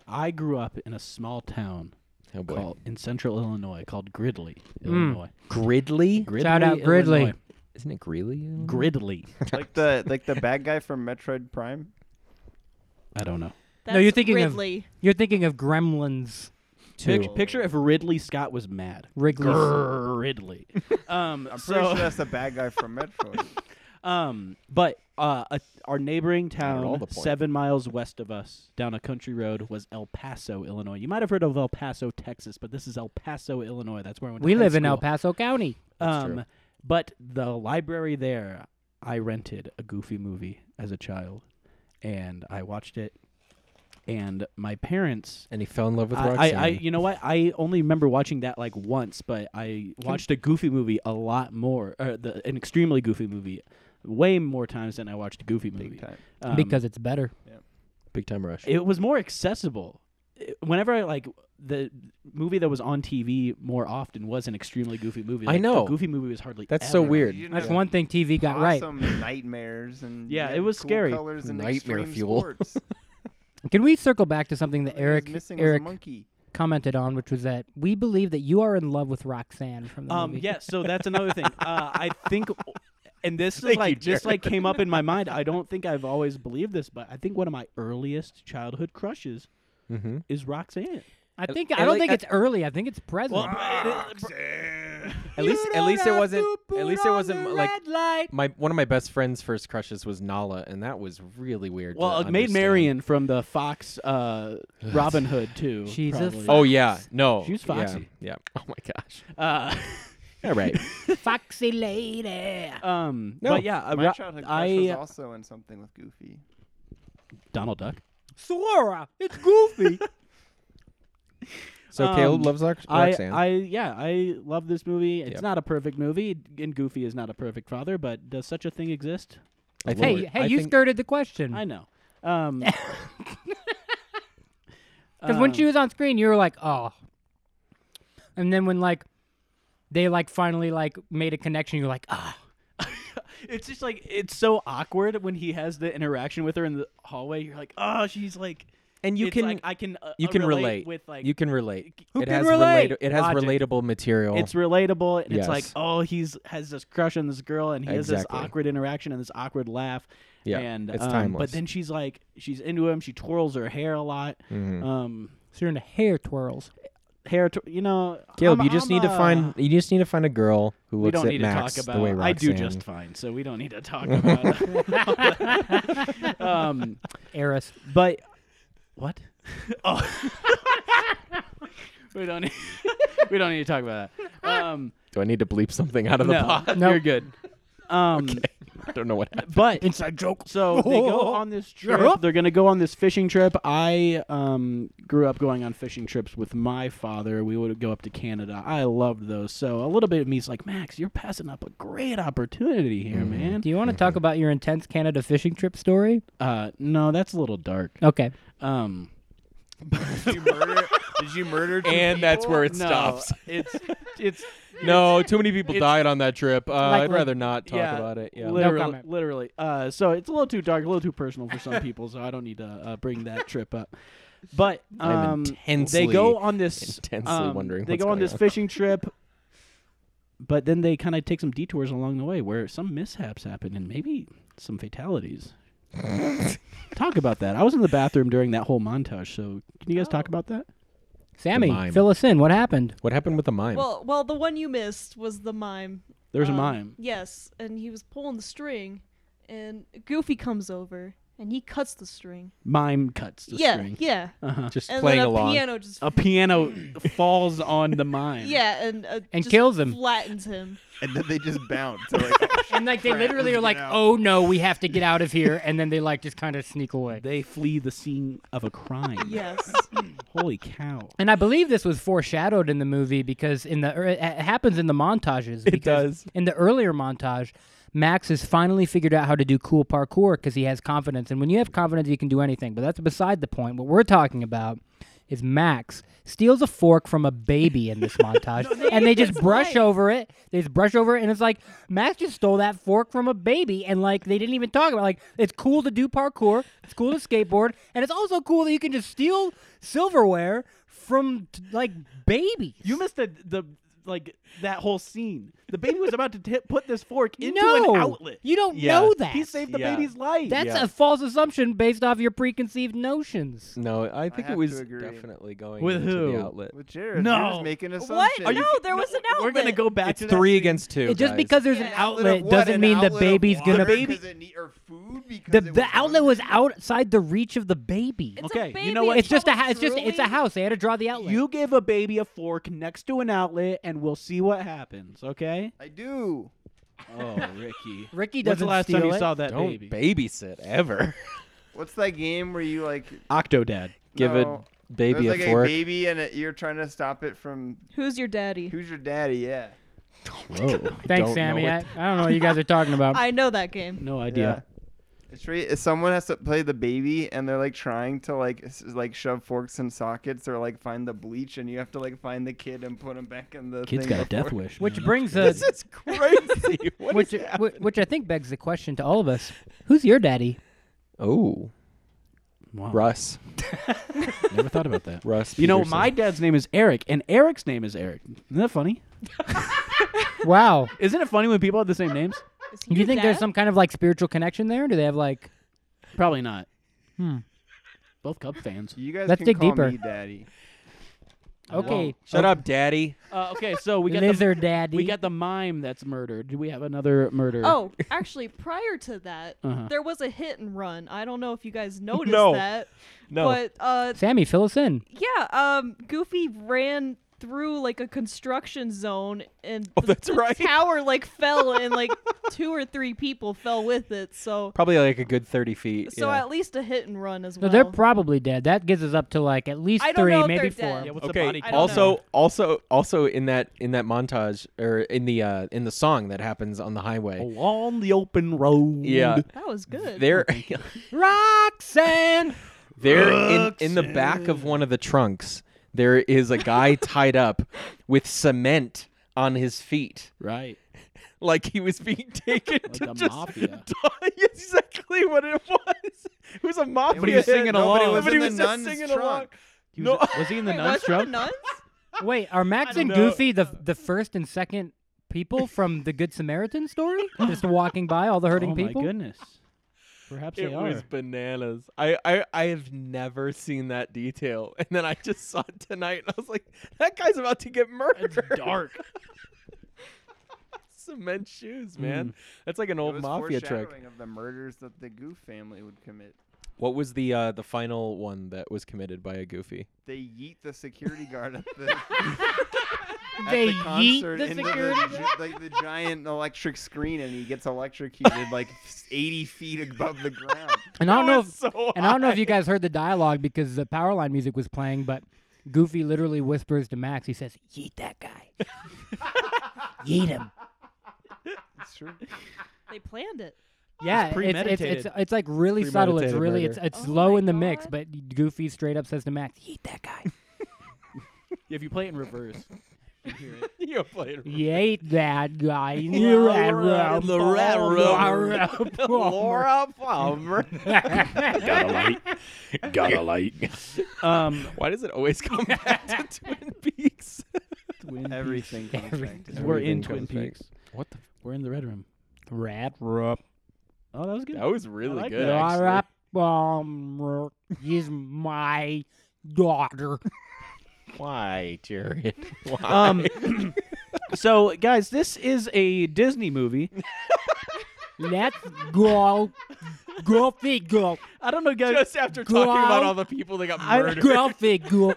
Speaker 1: I grew up in a small town
Speaker 4: Oh boy.
Speaker 1: called in central Illinois called Gridley,
Speaker 2: Mm.
Speaker 1: Illinois.
Speaker 4: Gridley?
Speaker 1: Gridley
Speaker 2: Shout out Gridley.
Speaker 1: Illinois.
Speaker 4: Isn't it Greeley?
Speaker 1: Gridley.
Speaker 3: like the like the bad guy from Metroid Prime.
Speaker 1: I don't know.
Speaker 5: That's
Speaker 2: you're thinking of-
Speaker 5: Ridley.
Speaker 2: You're thinking of Gremlins.
Speaker 1: Pic- picture if Ridley Scott was mad.
Speaker 2: Wrigley's.
Speaker 1: Ridley. um,
Speaker 3: I'm pretty
Speaker 1: so,
Speaker 3: sure that's the bad guy from Metroid.
Speaker 1: um, but uh, a, our neighboring
Speaker 4: all
Speaker 1: town,
Speaker 4: the point.
Speaker 1: seven miles west of us, down a country road, was El Paso, Illinois. You might have heard of El Paso, Texas, but this is El Paso, Illinois. That's where I went. to
Speaker 2: We
Speaker 1: high
Speaker 2: live in
Speaker 1: school.
Speaker 2: El Paso County.
Speaker 4: That's true.
Speaker 1: Um, but the library there, I rented a Goofy movie as a child, and I watched it. And my parents,
Speaker 4: And he fell in love with
Speaker 1: I, I,
Speaker 4: Roxanne.
Speaker 1: I, you know what? I only remember watching that like once, but I watched a Goofy movie a lot more, or the, an extremely Goofy movie, way more times than I watched a Goofy movie
Speaker 3: Big time.
Speaker 1: Um,
Speaker 2: because it's better.
Speaker 4: Big time rush.
Speaker 1: it was more accessible. It- Whenever I like the movie that was on TV more often was an extremely goofy movie.
Speaker 4: I
Speaker 1: Like,
Speaker 4: know.
Speaker 1: The goofy movie was hardly
Speaker 4: That's so
Speaker 1: ever on
Speaker 4: weird.
Speaker 3: You
Speaker 2: That's
Speaker 3: know,
Speaker 2: one thing TV got right.
Speaker 3: awesome nightmares and
Speaker 1: Yeah,
Speaker 3: you
Speaker 1: it
Speaker 3: had
Speaker 1: was
Speaker 3: cool
Speaker 1: scary.
Speaker 3: Colors and
Speaker 4: Nightmare
Speaker 3: extreme
Speaker 4: fuel.
Speaker 3: Sports.
Speaker 2: Can we circle back to something that
Speaker 3: All he was
Speaker 2: Eric
Speaker 3: missing was a
Speaker 2: Eric
Speaker 3: monkey.
Speaker 2: commented on, which was that we believe that you are in love with Roxanne from the
Speaker 1: Um,
Speaker 2: movie.
Speaker 1: yeah, so that's another thing. Uh, I think, and this
Speaker 4: Thank
Speaker 1: is
Speaker 4: you,
Speaker 1: like just like came up in my mind. I don't think I've always believed this, but I think one of my earliest childhood crushes
Speaker 4: Mm-hmm.
Speaker 1: is Roxanne.
Speaker 2: I
Speaker 4: I-
Speaker 2: think
Speaker 4: I
Speaker 2: I don't
Speaker 4: like-
Speaker 2: think
Speaker 4: I-
Speaker 2: it's early. I think it's present.
Speaker 4: At least, at least it wasn't. At least it wasn't like my one of my best friend's first crushes was Nala, and that was really weird.
Speaker 1: well, uh,
Speaker 4: to
Speaker 1: it made
Speaker 4: understand.
Speaker 1: Marion from the Fox uh, Robin Hood too.
Speaker 2: She's a
Speaker 1: probably.
Speaker 4: Oh yeah, no,
Speaker 1: She was
Speaker 4: Yeah,
Speaker 1: foxy.
Speaker 4: Yeah. Oh my gosh.
Speaker 1: Uh,
Speaker 4: All right.
Speaker 2: Foxy lady.
Speaker 1: um,
Speaker 4: No,
Speaker 1: but yeah, uh,
Speaker 3: My
Speaker 1: Ro-
Speaker 3: childhood crush was
Speaker 1: I
Speaker 3: also in something with Goofy.
Speaker 1: Donald Duck.
Speaker 2: Sora, it's Goofy.
Speaker 4: So
Speaker 1: Um,
Speaker 4: Caleb loves Rox-
Speaker 1: I,
Speaker 4: Roxanne.
Speaker 1: I yeah, I love this movie. It's
Speaker 4: Yep.
Speaker 1: not a perfect movie, and Goofy is not a perfect father. But does such a thing exist?
Speaker 4: I think-
Speaker 2: hey, hey,
Speaker 4: I
Speaker 2: you
Speaker 4: think-
Speaker 2: skirted the
Speaker 4: Mm.
Speaker 2: question.
Speaker 1: I know. Um,
Speaker 2: Because when
Speaker 1: um,
Speaker 2: she was on screen, you were like, oh. And then when like they like finally like made a connection, you're like, ah.
Speaker 1: it's just like it's so awkward when he has the interaction with her in the hallway. You're like, oh, she's like,
Speaker 4: and you
Speaker 1: it's
Speaker 4: can
Speaker 1: like, I can, uh,
Speaker 4: you
Speaker 1: uh,
Speaker 4: can relate.
Speaker 1: with like,
Speaker 4: you can relate.
Speaker 1: Who
Speaker 4: it
Speaker 1: can
Speaker 4: has
Speaker 1: relate?
Speaker 4: relata- it has
Speaker 1: Logic.
Speaker 4: relatable material.
Speaker 1: it's relatable, and it's like,
Speaker 4: Yes.
Speaker 1: oh, he's has this crush on this girl, and he has this
Speaker 4: Exactly.
Speaker 1: awkward interaction and this awkward laugh.
Speaker 4: Yeah,
Speaker 1: and
Speaker 4: it's
Speaker 1: um,
Speaker 4: timeless.
Speaker 1: But then she's like, she's into him. She twirls her hair a lot.
Speaker 4: Mhm.
Speaker 1: Um,
Speaker 2: So you're into hair twirls.
Speaker 1: hair, tw- you know,
Speaker 4: Caleb,
Speaker 1: I'm-
Speaker 4: you just
Speaker 1: I'm,
Speaker 4: need to
Speaker 1: uh,
Speaker 4: find you just need to find a girl who
Speaker 1: We
Speaker 4: looks
Speaker 1: don't
Speaker 4: at
Speaker 1: need
Speaker 4: Max
Speaker 1: to talk
Speaker 4: the way
Speaker 1: about.
Speaker 4: Roxanne.
Speaker 1: I do just fine, so we don't need to talk about. um,
Speaker 2: Eris.
Speaker 1: But what? oh, we don't. Need, we don't need to talk about that. Um,
Speaker 4: Do I need to bleep something out of the
Speaker 1: no,
Speaker 4: pot?
Speaker 2: No.
Speaker 1: you're good. Um,
Speaker 4: I don't know what happened.
Speaker 1: but
Speaker 2: Inside joke.
Speaker 1: so they go on this trip. They're gonna go on this fishing trip. I um grew up going on fishing trips with my father. We would go up to Canada. I loved those. So a little bit of me's like, Max, you're passing up a great opportunity here,
Speaker 4: Mm-hmm.
Speaker 1: man.
Speaker 2: Do you want to talk about your intense Canada fishing trip story?
Speaker 1: Uh, no, that's a little dark.
Speaker 2: Okay.
Speaker 1: Um.
Speaker 3: Did you murder? Did you murder? Two
Speaker 4: And that's where it
Speaker 1: no,
Speaker 4: stops.
Speaker 1: It's it's
Speaker 4: No, too many people died on that trip. Uh, I'd
Speaker 2: like-
Speaker 4: rather not talk
Speaker 1: yeah,
Speaker 4: about it. Yeah.
Speaker 1: literally,
Speaker 2: comment.
Speaker 1: literally. Uh, so it's a little too dark, a little too personal for some people. So I don't need to uh, bring that trip up. But
Speaker 4: I'm
Speaker 1: um,
Speaker 4: intensely-
Speaker 1: they go on this
Speaker 4: intensely
Speaker 1: um,
Speaker 4: wondering
Speaker 1: They
Speaker 4: what's
Speaker 1: go on
Speaker 4: going
Speaker 1: this
Speaker 4: on.
Speaker 1: fishing trip, but then they kind of take some detours along the way where some mishaps happen and maybe some fatalities. talk about that. I was in the bathroom during that whole montage, so can you guys talk about that?
Speaker 2: Sammy,
Speaker 4: mime.
Speaker 2: fill us in. What happened?
Speaker 4: What happened with the mime?
Speaker 5: Well, well, the one you missed was the mime.
Speaker 1: There was
Speaker 5: Um,
Speaker 1: a mime.
Speaker 5: Yes, and he was pulling the string, and Goofy comes over and he cuts the string.
Speaker 1: Mime cuts the
Speaker 5: yeah,
Speaker 1: string.
Speaker 5: yeah.
Speaker 1: Uh-huh.
Speaker 4: just
Speaker 5: And
Speaker 4: playing
Speaker 5: then a
Speaker 4: along.
Speaker 5: piano just
Speaker 1: A piano falls on the mime.
Speaker 5: yeah, and uh,
Speaker 2: And
Speaker 5: just
Speaker 2: kills him.
Speaker 5: flattens him.
Speaker 3: And then they just bounce. So like,
Speaker 2: And like "Oh, they
Speaker 3: Crap,
Speaker 2: literally are
Speaker 3: let's get
Speaker 2: like,
Speaker 3: out.
Speaker 2: "Oh no, we have to get out of here," and then they like just kind of sneak away.
Speaker 1: They flee the scene of a crime.
Speaker 5: Yes,
Speaker 1: Holy cow.
Speaker 2: And I believe this was foreshadowed in the movie because in the er, it happens in the montages. It
Speaker 4: does.
Speaker 2: In the earlier montage, Max has finally figured out how to do cool parkour because he has confidence. And when you have confidence, you can do anything. But that's beside the point. What we're talking about is Max steals a fork from a baby in this montage, and they just brush over it. They just brush over it, and it's like Max just stole that fork from a baby, and like they didn't even talk about. It. Like it's cool to do parkour, it's cool to skateboard, and it's also cool that you can just steal silverware from t- like babies.
Speaker 1: You missed the, the like that whole scene. The baby was about to t- put this fork into
Speaker 2: no,
Speaker 1: an outlet.
Speaker 2: You don't
Speaker 4: Yeah.
Speaker 2: know that.
Speaker 1: He saved the
Speaker 4: Yeah.
Speaker 1: baby's life.
Speaker 2: That's
Speaker 4: Yeah.
Speaker 2: a false assumption based off your preconceived notions.
Speaker 4: no, I think it
Speaker 3: have
Speaker 4: was
Speaker 3: to agree.
Speaker 4: definitely going
Speaker 1: With
Speaker 4: into
Speaker 1: who?
Speaker 4: the outlet.
Speaker 3: with Jared,
Speaker 1: No.
Speaker 3: you're just making
Speaker 5: what?
Speaker 3: assumptions.
Speaker 5: No, there was an outlet.
Speaker 1: We're gonna go back
Speaker 4: It's
Speaker 1: to
Speaker 4: three
Speaker 1: that
Speaker 4: against two.
Speaker 2: It- just
Speaker 4: guys.
Speaker 2: because there's an
Speaker 5: Yeah.
Speaker 2: outlet doesn't mean the baby's gonna
Speaker 1: baby-
Speaker 2: The, the outlet was outside the reach of the baby.
Speaker 5: It's
Speaker 1: Okay,
Speaker 5: a
Speaker 1: you know
Speaker 5: baby,
Speaker 1: what?
Speaker 2: It's just a
Speaker 5: probably
Speaker 2: ha- it's just it's a
Speaker 5: drooling.
Speaker 2: house. They had to draw the
Speaker 1: scene.
Speaker 2: outlet.
Speaker 1: You give a baby a fork next to an outlet, and we'll see what happens. Okay.
Speaker 3: I do.
Speaker 1: Oh, Ricky.
Speaker 2: Ricky
Speaker 1: When's the
Speaker 2: doesn't
Speaker 1: last
Speaker 2: steal
Speaker 1: time you
Speaker 2: it.
Speaker 1: saw that
Speaker 4: don't
Speaker 1: baby?
Speaker 4: babysit ever.
Speaker 3: What's that game where you like
Speaker 1: Octodad.
Speaker 4: Give
Speaker 3: No.
Speaker 4: a baby
Speaker 3: there's like
Speaker 4: a fork.
Speaker 3: baby and it, you're trying to stop it from
Speaker 5: Who's your daddy?
Speaker 3: who's your daddy? Yeah.
Speaker 4: Whoa.
Speaker 2: Thanks,
Speaker 4: Don't
Speaker 2: Sammy.
Speaker 4: Know
Speaker 2: I,
Speaker 4: what-
Speaker 2: I don't know what you guys are talking about.
Speaker 5: I know that game.
Speaker 1: No idea.
Speaker 3: It's really, if someone has to play the baby and they're like trying to like s- like shove forks in sockets or like find the bleach and you have to like find the kid and put him back in the
Speaker 1: Kid's
Speaker 3: thing
Speaker 1: got a death
Speaker 3: before-
Speaker 1: wish.
Speaker 2: Which
Speaker 1: man.
Speaker 2: brings
Speaker 4: this
Speaker 2: us,
Speaker 4: is crazy. What
Speaker 2: which,
Speaker 4: is
Speaker 2: whi- which I think begs the question to all of us: Who's your daddy?
Speaker 4: Oh,
Speaker 1: Wow.
Speaker 4: Russ.
Speaker 1: Never thought about that.
Speaker 4: Russ.
Speaker 1: You know,
Speaker 4: Peterson.
Speaker 1: my dad's name is Eric, and Eric's name is Eric. Isn't that funny?
Speaker 2: Wow.
Speaker 1: Isn't it funny when people have the same names?
Speaker 5: Is he
Speaker 2: Do you
Speaker 5: your
Speaker 2: think
Speaker 5: dad?
Speaker 2: there's some kind of like spiritual connection there? Do they have like?
Speaker 1: Probably not.
Speaker 2: Hmm.
Speaker 1: Both Cub fans.
Speaker 3: You guys
Speaker 2: Let's
Speaker 3: can
Speaker 2: dig
Speaker 3: call
Speaker 2: deeper.
Speaker 3: me daddy.
Speaker 2: Okay. oh,
Speaker 4: Shut up, Daddy.
Speaker 1: Uh, okay, so we got the,
Speaker 2: Lizard daddy.
Speaker 1: we got the mime that's murdered. Do we have another murder?
Speaker 5: Oh, actually, prior to that,
Speaker 1: Uh-huh.
Speaker 5: there was a hit and run. I don't know if you guys noticed
Speaker 4: No.
Speaker 5: that,
Speaker 4: No.
Speaker 5: but uh,
Speaker 2: Sammy, fill us in.
Speaker 5: yeah, um, Goofy ran through like a construction zone, and
Speaker 4: Oh,
Speaker 5: the,
Speaker 4: that's
Speaker 5: the
Speaker 4: right.
Speaker 5: tower like fell, and like two or three people fell with it. So,
Speaker 4: Probably like a good thirty feet.
Speaker 5: so
Speaker 4: yeah.
Speaker 5: at least a hit and run as
Speaker 2: So
Speaker 5: well.
Speaker 2: they're probably dead. That gets us up to like at least
Speaker 5: I don't know
Speaker 2: three,
Speaker 5: if
Speaker 2: maybe
Speaker 5: they're
Speaker 2: four.
Speaker 5: dead. Yeah,
Speaker 1: what's
Speaker 4: okay.
Speaker 5: I don't
Speaker 4: Also, also, also in that in that montage or in the uh in the song that happens on the highway.
Speaker 1: along the open road.
Speaker 4: Yeah.
Speaker 5: that was good.
Speaker 4: They're
Speaker 2: Roxanne.
Speaker 4: There in, in the back of one of the trunks, there is a guy tied up with cement on his feet.
Speaker 1: Right.
Speaker 4: like he was being taken to
Speaker 1: the
Speaker 4: just
Speaker 1: mafia.
Speaker 4: Yes, exactly what it was. It was a mafia.
Speaker 1: was singing
Speaker 4: hit.
Speaker 1: along.
Speaker 4: Nobody was,
Speaker 3: Nobody was in the
Speaker 4: just
Speaker 3: nun's
Speaker 4: singing
Speaker 3: trunk.
Speaker 4: along.
Speaker 1: He was,
Speaker 4: No.
Speaker 1: was he in the
Speaker 5: Wait,
Speaker 1: nuns
Speaker 5: was it the
Speaker 1: drunk?
Speaker 5: nuns?
Speaker 2: Wait, are Max
Speaker 4: don't
Speaker 2: and
Speaker 4: know.
Speaker 2: Goofy the the first and second people from the Good Samaritan story? Just walking by all the hurting
Speaker 1: oh
Speaker 2: people.
Speaker 1: my goodness. Perhaps
Speaker 4: It
Speaker 1: they are.
Speaker 4: was bananas. I, I I have never seen that detail, and then I just saw it tonight, and I was like, "That guy's about to get murdered."
Speaker 1: dark.
Speaker 4: Cement
Speaker 1: Hmm.
Speaker 4: shoes, man. That's like an
Speaker 3: It
Speaker 4: old
Speaker 3: was
Speaker 4: mafia trick.
Speaker 3: foreshadowing of the murders that the Goof family would commit.
Speaker 4: What was the uh, the final one that was committed by a goofy?
Speaker 3: They yeet the security guard at the. at
Speaker 2: They
Speaker 3: the
Speaker 2: yeet
Speaker 3: concert
Speaker 2: the
Speaker 3: into
Speaker 2: security
Speaker 3: the, gi- like the giant electric screen, and he gets electrocuted like 80 feet above the ground.
Speaker 2: And I don't
Speaker 1: Oh,
Speaker 2: know.
Speaker 4: That
Speaker 2: If,
Speaker 4: was so
Speaker 2: and I don't know if you guys heard the dialogue because the power line music was playing, but Goofy literally whispers to Max. He says, "Yeet that guy. Yeet him."
Speaker 3: It's true.
Speaker 5: They planned it.
Speaker 2: Yeah, it's, it's, it's
Speaker 1: premeditated.
Speaker 2: it's like really subtle. It's
Speaker 4: Premeditated
Speaker 2: really
Speaker 4: murder.
Speaker 2: it's it's
Speaker 5: Oh
Speaker 2: low
Speaker 5: my
Speaker 2: in the mix,
Speaker 5: God.
Speaker 2: but Goofy straight up says to Max, "Yeet that guy.
Speaker 1: If you play it in reverse, you hear it.
Speaker 4: you play it.
Speaker 2: Yeet that guy."
Speaker 4: Laura- Laura- Laura Palmer.
Speaker 6: Got a light. Got a light.
Speaker 1: Um,
Speaker 4: Why does it always come back to Twin Peaks?
Speaker 1: Twin
Speaker 3: Everything. comes back
Speaker 2: Everything.
Speaker 3: to
Speaker 1: Peaks.
Speaker 3: that.
Speaker 1: We're in
Speaker 4: Everything
Speaker 1: Twin
Speaker 4: comes back.
Speaker 1: Peaks.
Speaker 4: What the?
Speaker 1: We're in the red room.
Speaker 2: Rat rap.
Speaker 1: Oh, that was good.
Speaker 4: That was really
Speaker 1: like
Speaker 4: good.
Speaker 1: that.
Speaker 4: actually.
Speaker 2: Rat bomber is my daughter.
Speaker 4: Why, Jared? Why?
Speaker 1: Um, so guys, this is a Disney movie.
Speaker 2: Let's go. Goofy go.
Speaker 1: I don't know, guys.
Speaker 4: just after talking about
Speaker 2: Go-
Speaker 4: all the people that got
Speaker 1: Uh, I-
Speaker 4: murdered.
Speaker 2: Goofy go.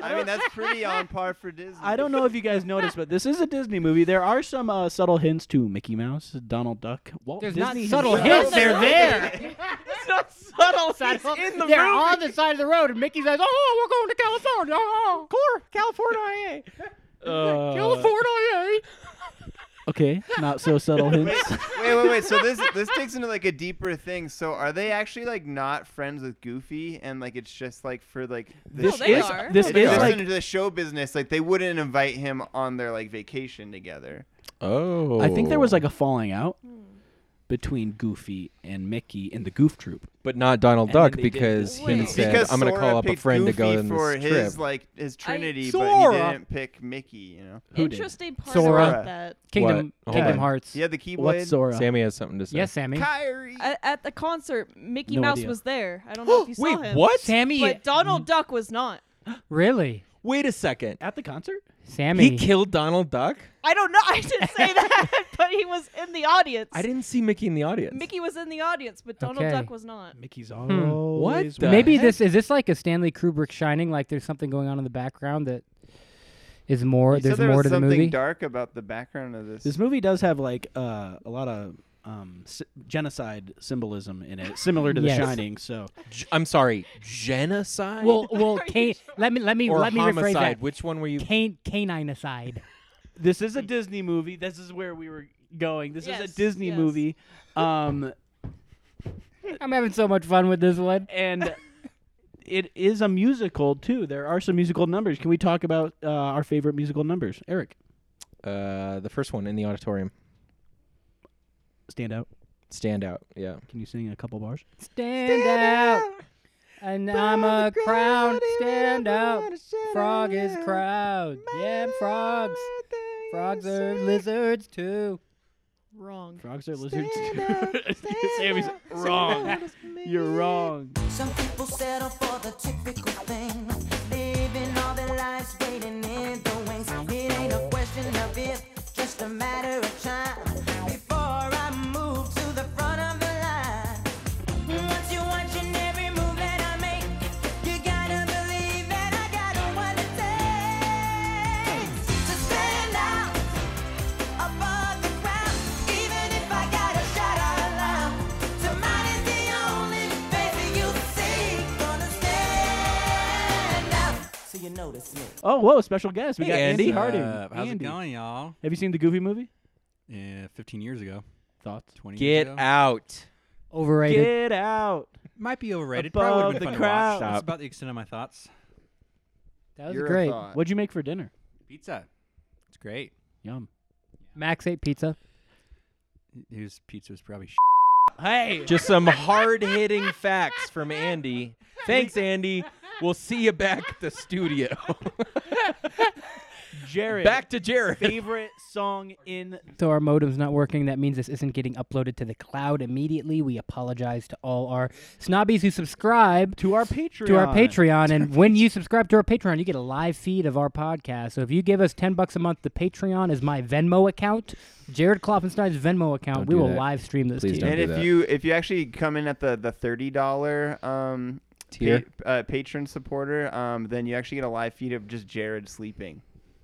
Speaker 3: I mean, that's pretty on par for Disney.
Speaker 1: I don't know if you guys noticed, but this is a Disney movie. There are some uh, subtle hints to Mickey Mouse, Donald Duck, Walt
Speaker 2: There's not
Speaker 1: Disney.
Speaker 2: subtle
Speaker 1: himself.
Speaker 2: hints. They're there.
Speaker 4: it's not subtle. It's in the
Speaker 2: They're
Speaker 4: movie.
Speaker 2: on the side of the road, and Mickey says, "Oh, we're going to California. Oh,
Speaker 4: Cor- California.
Speaker 1: Uh,
Speaker 2: California."
Speaker 1: Okay, not so subtle hints.
Speaker 3: Wait, wait, wait. So this this takes into like a deeper thing. So are they actually like not friends with Goofy, and like it's just like for like the
Speaker 1: this
Speaker 5: No, they
Speaker 1: is
Speaker 5: are.
Speaker 1: this
Speaker 3: It
Speaker 1: is
Speaker 3: goes
Speaker 1: like
Speaker 3: into the show business. Like they wouldn't invite him on their like vacation together.
Speaker 4: Oh.
Speaker 1: I think there was like a falling out between Goofy and Mickey and the Goof Troop.
Speaker 4: but not Donald
Speaker 1: And then
Speaker 4: Duck
Speaker 1: they did
Speaker 4: because
Speaker 5: this.
Speaker 4: he
Speaker 5: Wait.
Speaker 4: said,
Speaker 3: because
Speaker 4: "I'm going to
Speaker 3: Sora
Speaker 4: call up a
Speaker 3: picked
Speaker 4: friend
Speaker 3: Goofy
Speaker 4: to go in
Speaker 3: for
Speaker 4: this
Speaker 3: his
Speaker 4: trip."
Speaker 3: like his Trinity, but
Speaker 2: Sora!
Speaker 3: he didn't pick Mickey. You know,
Speaker 1: Who did?
Speaker 5: Interesting part
Speaker 2: Sora.
Speaker 5: about that.
Speaker 2: Kingdom,
Speaker 4: What?
Speaker 2: Kingdom
Speaker 4: What?
Speaker 2: Hearts.
Speaker 3: he had the keyblade.
Speaker 1: What's Sora?
Speaker 4: Sammy has something to say.
Speaker 2: Yes, Sammy.
Speaker 3: Kyrie.
Speaker 5: At, at the concert, Mickey
Speaker 1: No
Speaker 5: Mouse
Speaker 1: idea.
Speaker 5: was there. I don't know if you saw
Speaker 4: Wait,
Speaker 5: him.
Speaker 4: what?
Speaker 2: Sammy.
Speaker 5: But Donald Duck was not.
Speaker 2: really?
Speaker 4: Wait a second.
Speaker 1: At the concert?
Speaker 2: Sammy.
Speaker 4: He killed Donald Duck.
Speaker 5: I don't know. I didn't say that, but he was in the audience.
Speaker 4: I didn't see Mickey in the audience.
Speaker 5: Mickey was in the audience, but Donald
Speaker 2: Okay.
Speaker 5: Duck was not.
Speaker 1: Mickey's always
Speaker 4: What
Speaker 3: Uh,
Speaker 4: the-
Speaker 1: winning.
Speaker 2: Maybe this is this like a Stanley Kubrick shining? Like there's something going on in the background that is more.
Speaker 3: You said
Speaker 2: there's
Speaker 3: there
Speaker 2: more
Speaker 3: was
Speaker 2: to the
Speaker 3: something
Speaker 2: movie.
Speaker 3: dark about the background of this.
Speaker 1: This movie does have like uh, a lot of um, s- genocide symbolism in it, similar to The
Speaker 2: Yes.
Speaker 1: Shining. So
Speaker 4: G- I'm sorry. Genocide.
Speaker 2: Well, well, can, let me let me
Speaker 4: or
Speaker 2: let me rephrase
Speaker 4: homicide.
Speaker 2: that.
Speaker 4: Which one were you?
Speaker 2: Can, canine aside.
Speaker 1: this is a Disney movie. This is where we were going. This is
Speaker 5: Yes,
Speaker 1: a Disney
Speaker 5: yes.
Speaker 1: movie, um,
Speaker 2: I'm having so much fun with this one.
Speaker 1: and it is a musical too. There are some musical numbers. Can we talk about uh, our favorite musical numbers? Eric,
Speaker 4: Uh, the first one in the auditorium.
Speaker 1: stand out.
Speaker 4: Stand out. Yeah.
Speaker 1: Can you sing a couple bars?
Speaker 2: Stand, out, and I'm a crown. Stand out, frog is crowd. Yeah, frogs. Frogs are lizards too.
Speaker 5: Wrong.
Speaker 1: Frogs are lizards. Sammy's wrong. You're wrong.
Speaker 7: Some people settle for the typical thing, living all their lives waiting in the wings. It ain't a question of if, just a matter of time before I move to the front of the line. Once you're watching every move that I make, you gotta believe that I got what it takes to stand out above the crowd, even if I gotta shout out loud. Somebody's the only baby you see gonna stand out. So you notice me.
Speaker 1: Oh, whoa! Special guest. We
Speaker 4: Hey,
Speaker 1: got Andy,
Speaker 4: Andy.
Speaker 1: Harding.
Speaker 8: Uh, how's
Speaker 1: Andy.
Speaker 8: it going, y'all?
Speaker 1: Have you seen the Goofy movie?
Speaker 8: Yeah, 15 years ago,
Speaker 1: Thoughts?
Speaker 8: 20 years
Speaker 4: Get
Speaker 8: ago.
Speaker 4: out.
Speaker 2: Overrated.
Speaker 1: Get out.
Speaker 8: Might be overrated.
Speaker 1: above
Speaker 8: Probably would have
Speaker 1: the
Speaker 8: been fun
Speaker 1: crowd.
Speaker 8: to watch.
Speaker 4: Stop.
Speaker 8: That's about the extent of my thoughts.
Speaker 2: that was
Speaker 3: You're a
Speaker 2: great.
Speaker 3: thought.
Speaker 1: What'd you make for dinner?
Speaker 8: Pizza. It's great.
Speaker 1: Yum.
Speaker 2: Max ate pizza.
Speaker 8: His pizza was probably sh-
Speaker 1: Hey,
Speaker 4: Just some hard hitting facts from Andy. Thanks, Andy. We'll see you back at the studio.
Speaker 1: Jared.
Speaker 4: back to Jared.
Speaker 1: favorite song in
Speaker 2: So our modem's not working. That means this isn't getting uploaded to the cloud immediately. We apologize to all our snobbies who subscribe
Speaker 1: to our Patreon.
Speaker 2: to our Patreon. And when you subscribe to our Patreon, you get a live feed of our podcast. So if you give us 10 bucks a month, the Patreon is my Venmo account, Jared Klopfenstein's Venmo account.
Speaker 4: Don't
Speaker 2: we
Speaker 4: do
Speaker 2: will
Speaker 4: that.
Speaker 2: live stream this
Speaker 4: Please
Speaker 2: to
Speaker 4: don't.
Speaker 2: you.
Speaker 3: and
Speaker 4: do
Speaker 3: if
Speaker 4: that.
Speaker 3: you if you actually come in at the the thirty dollar um
Speaker 4: Tier.
Speaker 3: pa- uh, patron supporter, um, then you actually get a live feed of just Jared sleeping.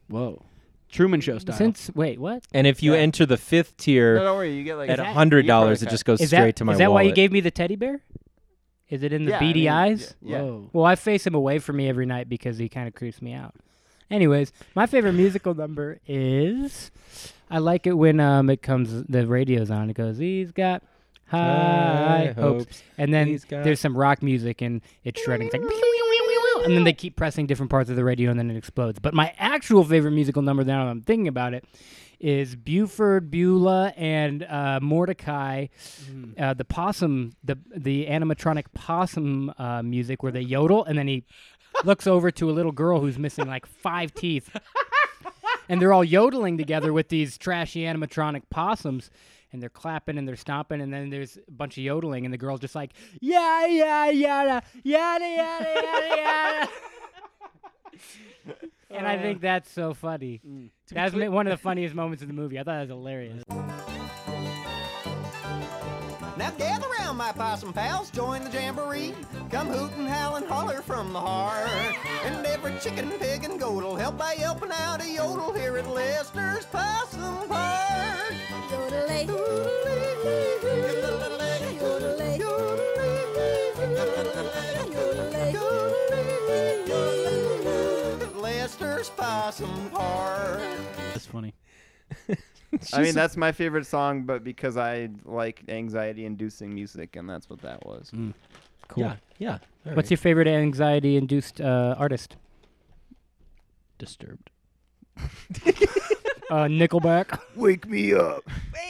Speaker 1: Whoa, Truman Show style.
Speaker 2: Since, wait, what?
Speaker 4: And if you
Speaker 3: Yeah.
Speaker 4: enter the fifth
Speaker 3: No,
Speaker 4: tier
Speaker 3: don't worry, you get like
Speaker 4: at
Speaker 3: a
Speaker 4: hundred dollars, it
Speaker 3: you
Speaker 4: just goes
Speaker 2: Is
Speaker 4: straight
Speaker 2: that,
Speaker 4: to my
Speaker 2: is that why
Speaker 4: wallet.
Speaker 2: you gave me the teddy bear? Is it in the
Speaker 3: Yeah, I mean,
Speaker 2: beady
Speaker 3: yeah,
Speaker 2: eyes?
Speaker 3: yeah.
Speaker 1: Whoa.
Speaker 2: Well, I face him away from me every night because he kind of creeps me out. Anyways, my favorite musical number is I like it when um it comes the radio's on. It goes, he's got high, hopes. And then
Speaker 4: He's got-
Speaker 2: there's some rock music and it's shredding. It's like, and then they keep pressing different parts of the radio and then it explodes. But my actual favorite musical number now that I'm thinking about it is Buford, Beulah, and uh, Mordecai, uh, the possum, the the animatronic possum uh, music where they yodel and then he looks over to a little girl who's missing like five teeth and they're all yodeling together with these trashy animatronic possums and they're clapping and they're stomping and then there's a bunch of yodeling and the girl's just like yeah yeah yada yada yada yada yada and i think that's so funny that's ma- one of the funniest moments in the movie i thought that was hilarious
Speaker 9: Now gather round, my possum pals, join the jamboree. Come hoot and howl and holler from the heart. And every chicken, pig, and goat'll help by helping out a yodel here at Lester's Possum Park. Yodelay, yodelay, yodelay, yodelay, yodelay. Lester's Possum Park.
Speaker 1: That's funny.
Speaker 3: I mean, that's my favorite song, but because I like anxiety-inducing music, and that's what that was.
Speaker 4: Mm. cool. Yeah. yeah. All
Speaker 2: what's
Speaker 4: right.
Speaker 2: your favorite anxiety induced uh, artist
Speaker 1: Disturbed.
Speaker 2: uh, nickelback
Speaker 3: Wake me up!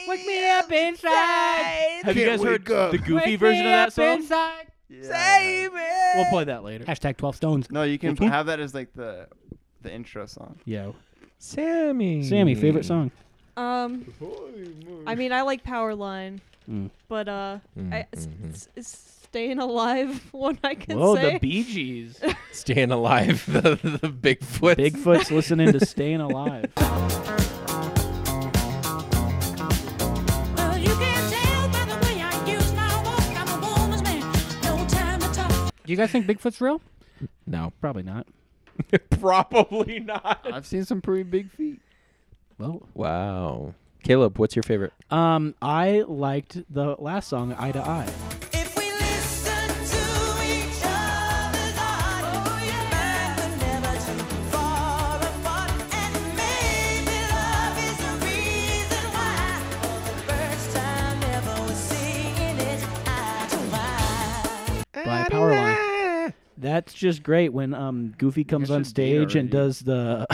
Speaker 2: wake me up inside
Speaker 1: Have you
Speaker 3: Can't
Speaker 1: guys heard
Speaker 3: wake up.
Speaker 1: the goofy version of that song?
Speaker 2: inside.
Speaker 3: Save
Speaker 1: We'll play that later.
Speaker 2: hashtag 12 stones
Speaker 3: No, you
Speaker 4: Mm-hmm.
Speaker 3: can have that as like the the intro song.
Speaker 1: Yo,
Speaker 4: Sammy.
Speaker 1: Sammy, favorite song.
Speaker 5: Um, I mean, I like Powerline,
Speaker 1: Mm.
Speaker 5: but uh, I, s-
Speaker 4: Mhm.
Speaker 5: s- is staying alive one I can
Speaker 1: Whoa,
Speaker 5: say.
Speaker 1: the Bee Gees.
Speaker 4: Staying alive. The, the Bigfoot.
Speaker 1: Bigfoot's listening to "Staying Alive."
Speaker 7: Well, you can tell by the way I use my walk. I'm a woman's man. No time to talk.
Speaker 2: do you guys think bigfoot's real
Speaker 4: No.
Speaker 1: Probably not.
Speaker 4: Probably not.
Speaker 3: I've seen some pretty big feet.
Speaker 1: Well,
Speaker 4: Wow. Caleb, what's your favorite?
Speaker 1: um, I liked the last song, "Eye to Eye."
Speaker 7: If we listen to each other's eyes, oh yeah, man, we're never too far apart. And maybe love is the reason why, for the first time ever, we're seeing it eye to eye.
Speaker 1: by Powerline. That's just great when um, Goofy comes on stage and does the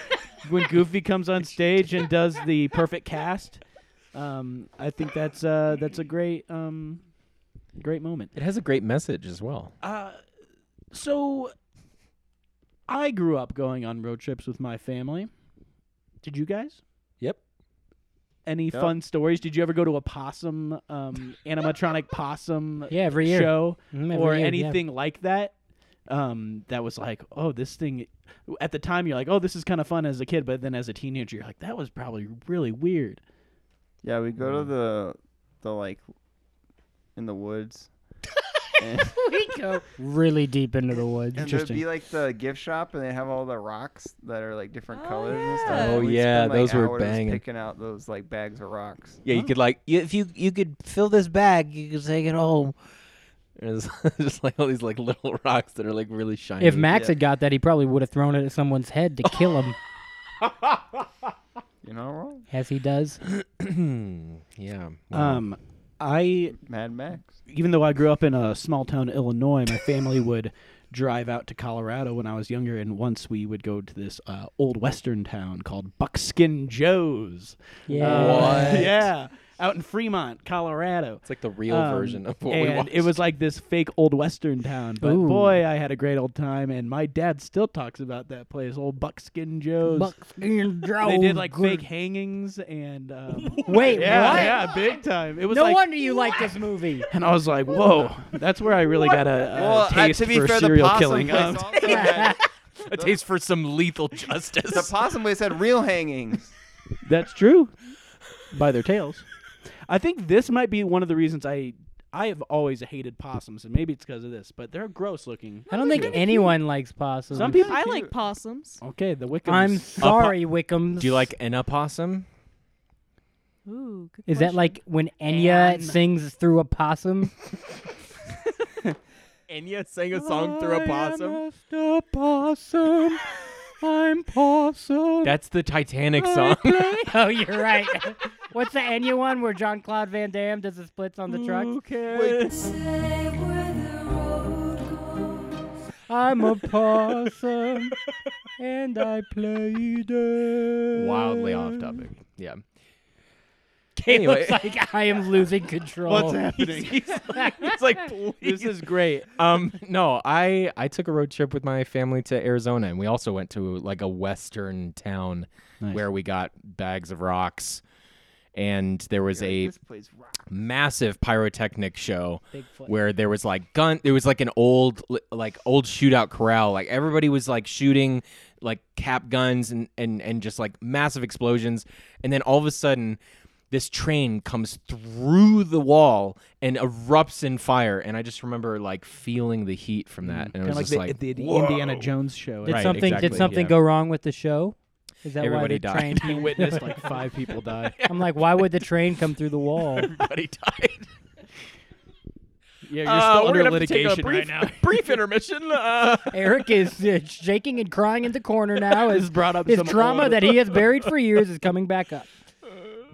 Speaker 1: when Goofy comes on stage and does the perfect cast. Um, I think that's uh, that's a great um, great moment.
Speaker 4: It has a great message as well.
Speaker 1: Uh, So I grew up going on road trips with my family. Did you guys?
Speaker 4: Yep.
Speaker 1: Any
Speaker 3: Yep.
Speaker 1: fun stories? Did you ever go to a possum um, animatronic possum
Speaker 2: yeah every year
Speaker 1: show?
Speaker 2: Mm, every
Speaker 1: or
Speaker 2: year, yeah.
Speaker 1: anything like that um, that was like, oh, this thing. At the time, you're like, oh, this is kind of fun as a kid, but then as a teenager, you're like, that was probably really weird.
Speaker 3: Yeah, we go to the the like in the woods. and
Speaker 2: we go really deep into the woods.
Speaker 3: and there'd be like the gift shop, and they have all the rocks that are like different
Speaker 5: Oh,
Speaker 3: colors and stuff.
Speaker 5: yeah.
Speaker 4: Oh,
Speaker 3: and we'd
Speaker 4: yeah,
Speaker 3: spend, like,
Speaker 4: those were
Speaker 3: hours
Speaker 4: banging.
Speaker 3: Picking out those like bags of rocks.
Speaker 4: Yeah, you could like you- if you you could fill this bag, you could take it home. There's just like all these like little rocks that are like really shiny.
Speaker 2: if Max
Speaker 3: Yeah.
Speaker 2: had got that, he probably would have thrown it at someone's head to kill him,
Speaker 3: You know, wrong?
Speaker 2: as he does.
Speaker 4: Hmm, yeah.
Speaker 1: Um, I
Speaker 3: Mad Max.
Speaker 1: Uh, even though I grew up in a small town, Illinois, my family would drive out to Colorado when I was younger, and once we would go to this uh, old western town called Buckskin Joe's. Uh,
Speaker 4: What?
Speaker 1: Yeah, out in Fremont, Colorado.
Speaker 4: It's like the real
Speaker 1: Um,
Speaker 4: version of what
Speaker 1: and
Speaker 4: we watched.
Speaker 1: it was like this fake old western town, but
Speaker 2: Ooh.
Speaker 1: boy, I had a great old time. And my dad still talks about that place, old Buckskin Joe's.
Speaker 2: Buckskin
Speaker 1: they did
Speaker 2: Joe's
Speaker 1: like
Speaker 2: good-
Speaker 1: fake hangings and um,
Speaker 2: Wait,
Speaker 1: yeah,
Speaker 2: what?
Speaker 1: yeah, big time. It was
Speaker 2: No
Speaker 1: like,
Speaker 2: wonder you like this movie.
Speaker 1: and I was like, whoa, that's where I really got a, a
Speaker 3: Well, uh,
Speaker 1: taste
Speaker 3: to be
Speaker 1: for
Speaker 3: fair, the
Speaker 1: serial
Speaker 3: possum
Speaker 1: killing.
Speaker 3: place
Speaker 1: Um,
Speaker 3: also had,
Speaker 6: A taste for some lethal justice.
Speaker 3: the possum place had real hangings.
Speaker 1: That's true. By their tails. I think this might be one of the reasons I I have always hated possums, and maybe it's because of this, but they're gross looking.
Speaker 2: I don't think anyone likes possums.
Speaker 1: Some people.
Speaker 5: I like possums.
Speaker 1: Okay, the Wiccans.
Speaker 2: I'm sorry, Wickham's.
Speaker 4: Do you like an opossum?
Speaker 5: Ooh, good
Speaker 2: Is that
Speaker 5: question.
Speaker 2: like when Enya
Speaker 1: Anne.
Speaker 2: sings through a possum?
Speaker 4: Enya sang a song through a possum.
Speaker 2: a possum. I'm possum.
Speaker 4: That's the Titanic song.
Speaker 2: oh, you're right. What's the Enya one where John Claude Van Damme does the splits on the truck?
Speaker 1: Okay.
Speaker 2: I'm a possum and I play dead.
Speaker 4: Wildly off topic. Yeah.
Speaker 2: Anyway.
Speaker 4: Anyway.
Speaker 2: like I am losing control.
Speaker 1: What's happening?
Speaker 4: it's like
Speaker 1: this is great.
Speaker 4: um no i i took a road trip with my family to arizona and we also went to like a western town where we got bags of rocks and there was a
Speaker 3: This place rocks.
Speaker 4: massive pyrotechnic show
Speaker 2: Bigfoot.
Speaker 4: where there was like gun it was like an old li- like old shootout corral like everybody was like shooting like cap guns and and and just like massive explosions and then all of a sudden this train comes through the wall and erupts in fire and i just remember like feeling the heat from that and it
Speaker 1: Kind of Mm.
Speaker 4: was
Speaker 1: like
Speaker 4: just
Speaker 1: the,
Speaker 4: like
Speaker 1: the, the Indiana Jones show.
Speaker 2: Did
Speaker 4: Right,
Speaker 2: something did
Speaker 4: exactly,
Speaker 2: something
Speaker 4: yeah.
Speaker 2: go wrong with the show? Is that
Speaker 4: Everybody
Speaker 2: why the
Speaker 4: died.
Speaker 2: train
Speaker 1: You
Speaker 2: came-
Speaker 1: witnessed like five people die.
Speaker 2: I'm like, why would the train come through the wall?
Speaker 4: everybody died
Speaker 1: Yeah, you're
Speaker 4: Uh,
Speaker 1: still
Speaker 4: we're
Speaker 1: under
Speaker 4: gonna have to take a
Speaker 1: litigation
Speaker 4: brief,
Speaker 1: right now.
Speaker 4: brief intermission uh,
Speaker 2: Eric is uh, shaking and crying in the corner now
Speaker 1: This
Speaker 2: as
Speaker 1: brought up
Speaker 2: his
Speaker 1: some
Speaker 2: trauma
Speaker 1: old-
Speaker 2: that he has buried for years is coming back up.